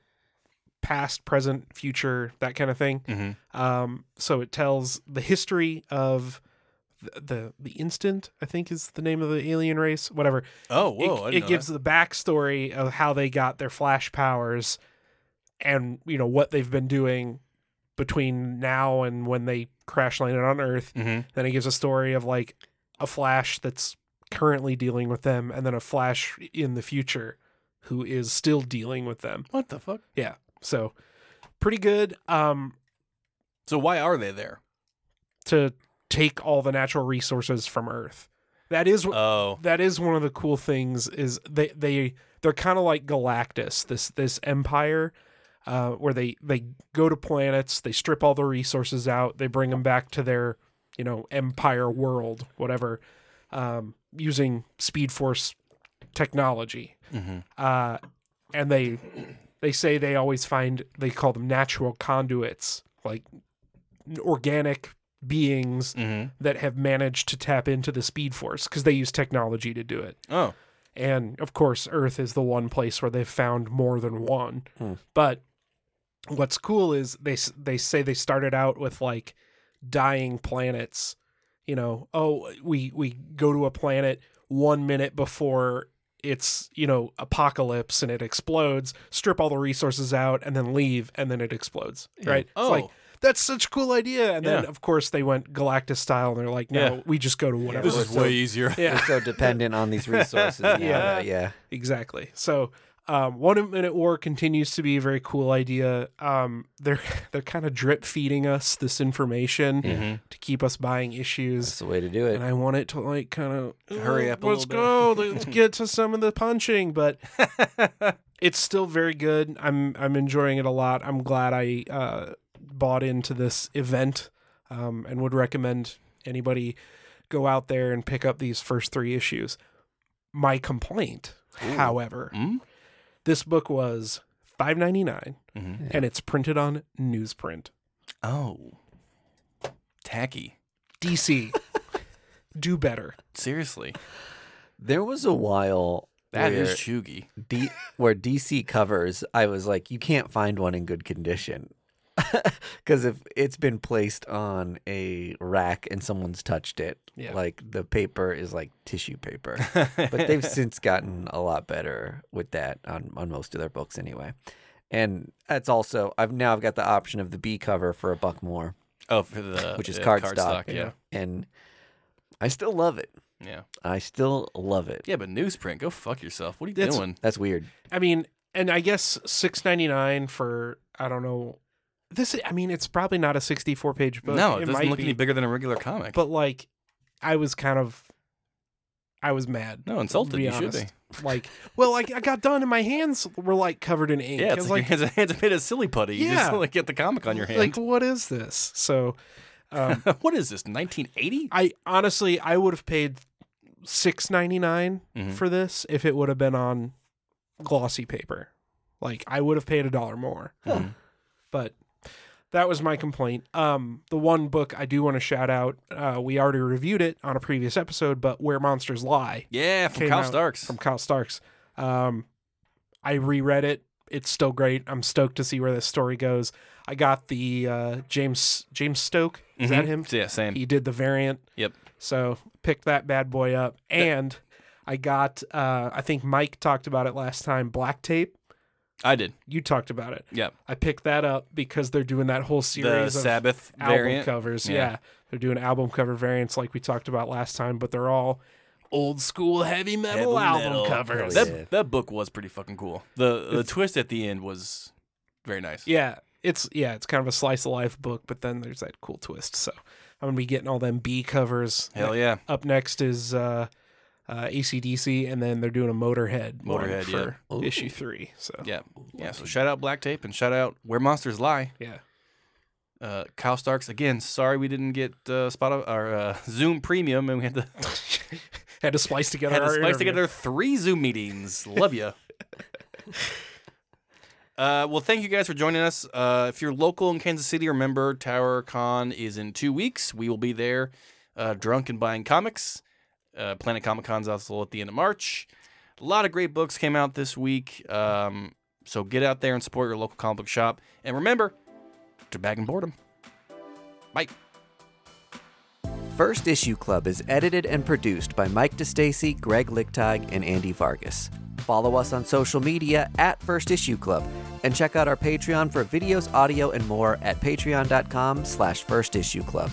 Speaker 3: past present future that kind of thing
Speaker 2: Mm-hmm.
Speaker 3: um so it tells the history of the the, the instant i think is the name of the alien race whatever
Speaker 2: Oh
Speaker 3: It-
Speaker 2: whoa. I
Speaker 3: it,
Speaker 2: didn't know
Speaker 3: gives
Speaker 2: that.
Speaker 3: the backstory of how they got their flash powers and you know what they've been doing between now and when they crash landed on earth
Speaker 2: Mhm.
Speaker 3: then it gives a story of like a Flash that's currently dealing with them, and then a Flash in the future who is still dealing with them.
Speaker 2: What the fuck?
Speaker 3: So pretty good. Um,
Speaker 2: So why are they there?
Speaker 3: to take all the natural resources from Earth. That is wh-
Speaker 2: Oh.
Speaker 3: that is one of the cool things is they they they're kind of like Galactus, this this empire. Uh, where they they go to planets, they strip all the resources out, they bring them back to their you know empire world, whatever, um, using Speed Force technology.
Speaker 2: Mhm.
Speaker 3: Uh, and they they say they always find they call them natural conduits, like organic beings
Speaker 2: Mhm.
Speaker 3: that have managed to tap into the speed force because they use technology to do it.
Speaker 2: Oh.
Speaker 3: And of course, Earth is the one place where they've found more than one.
Speaker 1: Hmm.
Speaker 3: But what's cool is they s- they say they started out with like dying planets. You know, oh, we we go to a planet one minute before it's you know apocalypse and it explodes. Strip all the resources out and then leave, and then it explodes.
Speaker 1: Yeah.
Speaker 3: Right?
Speaker 2: Oh.
Speaker 3: It's like that's such a cool idea. And then
Speaker 2: Yeah.
Speaker 3: of course they went Galactus style and they're like, no,
Speaker 2: Yeah.
Speaker 3: we just go to whatever.
Speaker 2: this is
Speaker 1: so-
Speaker 2: way easier.
Speaker 3: yeah.
Speaker 1: They're so dependent on these resources. now
Speaker 3: Yeah.
Speaker 1: that- yeah.
Speaker 3: Exactly. So, um, one minute war continues to be a very cool idea. Um, they're they're kind of drip feeding us this information
Speaker 2: Mhm.
Speaker 3: to keep us buying issues,
Speaker 1: That's the way to do
Speaker 3: and
Speaker 1: it.
Speaker 3: I want it to like kind of
Speaker 2: Hurry up a
Speaker 3: Uh, Let's go.
Speaker 2: little
Speaker 3: let's get to some of the punching, but it's still very good. I'm I'm enjoying it a lot. I'm glad I uh, bought into this event, um, and would recommend anybody go out there and pick up these first three issues. My complaint, however
Speaker 2: Mm?
Speaker 1: Mm-hmm.
Speaker 3: this book was five ninety nine,
Speaker 2: Mhm.
Speaker 3: and it's printed on newsprint.
Speaker 2: Oh. Tacky.
Speaker 3: DC, do better.
Speaker 2: Seriously.
Speaker 1: There was a while
Speaker 2: that
Speaker 1: where,
Speaker 2: is chuggy.
Speaker 1: D- where DC covers, I was like, you can't find one in good condition. Because if it's been placed on a rack and someone's touched it,
Speaker 3: Yeah.
Speaker 1: like the paper is like tissue paper. but they've since gotten a lot better with that on, on most of their books anyway. And that's also I've now I've got the option of the B cover for a buck more,
Speaker 2: Oh, for the
Speaker 1: which is
Speaker 2: yeah,
Speaker 1: cardstock.
Speaker 2: Yeah.
Speaker 1: and I still love it.
Speaker 2: yeah, yeah,
Speaker 1: I still love it.
Speaker 2: but newsprint, go fuck yourself. What are you
Speaker 3: That's-
Speaker 2: doing?
Speaker 1: That's weird.
Speaker 3: I mean, and I guess six ninety nine for I don't know. This I mean, it's probably not a sixty four page book.
Speaker 2: no, it,
Speaker 3: might
Speaker 2: doesn't look
Speaker 3: be,
Speaker 2: any bigger than a regular comic.
Speaker 3: But like, I was kind of, I was mad.
Speaker 2: no, insulted.
Speaker 3: be
Speaker 2: You should be.
Speaker 3: honest. Like, well, like I got done and my hands were like covered in ink.
Speaker 2: Yeah,
Speaker 3: I
Speaker 2: it's
Speaker 3: was
Speaker 2: like, your hands, hands made of silly putty. You just
Speaker 3: Yeah.
Speaker 2: like get the comic on your
Speaker 3: like
Speaker 2: hand.
Speaker 3: what is this? So, um,
Speaker 2: what is this? 1980?
Speaker 3: I honestly I would have paid six ninety
Speaker 2: Mhm.
Speaker 3: for this if it would have been on glossy paper. Like I would have paid a dollar more.
Speaker 2: Mhm.
Speaker 3: But that was my complaint. Um, the one book I do want to shout out, uh, we already reviewed it on a previous episode, but Where Monsters Lie
Speaker 2: Yeah, from
Speaker 3: Came
Speaker 2: Kyle
Speaker 3: out
Speaker 2: Starks.
Speaker 3: from Kyle Starks. Um, I reread it. It's still great. I'm stoked to see where this story goes. I got the uh, James James Stoke. Is that
Speaker 2: Mhm.
Speaker 3: him?
Speaker 2: Yeah, same.
Speaker 3: He did the variant.
Speaker 2: Yep.
Speaker 3: So picked that bad boy up. And I got, uh, I think Mike talked about it last time, Black Tape.
Speaker 2: I did.
Speaker 3: You talked about it.
Speaker 2: Yep.
Speaker 3: I picked that up because they're doing that whole
Speaker 2: The
Speaker 3: series of
Speaker 2: Sabbath
Speaker 3: album
Speaker 2: variant.
Speaker 3: covers.
Speaker 2: Yeah.
Speaker 3: Yeah. They're doing album cover variants like we talked about last time, but they're all old school heavy metal
Speaker 2: Heavy
Speaker 3: album
Speaker 2: metal.
Speaker 3: covers.
Speaker 1: Hell
Speaker 2: That,
Speaker 1: yeah.
Speaker 2: that book was pretty fucking cool. The the
Speaker 3: It's-
Speaker 2: twist at the end was very nice.
Speaker 3: Yeah, it's yeah, it's kind of a slice of life book, but then there's that cool twist. So I'm gonna be getting all them B covers.
Speaker 2: Hell yeah.
Speaker 3: Up next is uh, uh, ACDC, and then they're doing a Motorhead. one
Speaker 2: Motorhead,
Speaker 3: for
Speaker 1: yeah. Ooh.
Speaker 3: issue three. So
Speaker 2: Yeah. Yeah. So shout out Black Tape and shout out Where Monsters Lie.
Speaker 3: yeah.
Speaker 2: Uh, Kyle Starks again. Sorry we didn't get uh, spot or uh, Zoom Premium and we had to
Speaker 3: had to splice together.
Speaker 2: had to
Speaker 3: our
Speaker 2: splice
Speaker 3: interview.
Speaker 2: together three Zoom meetings. Love you. Uh, well, thank you guys for joining us. Uh, if you're local in Kansas City, remember Tower Con is in two weeks. We will be there, uh, drunk and buying comics. Uh, Planet Comic Con's also at the end of March. A lot of great books came out this week. Um, so get out there and support your local comic book shop. And remember, to bag and boredom. Bye.
Speaker 1: First Issue Club is edited and produced by Mike DeStacy, Greg Lichtag, and Andy Vargas. Follow us on social media at First Issue Club and check out our Patreon for videos, audio, and more at patreon.com slash First Issue Club.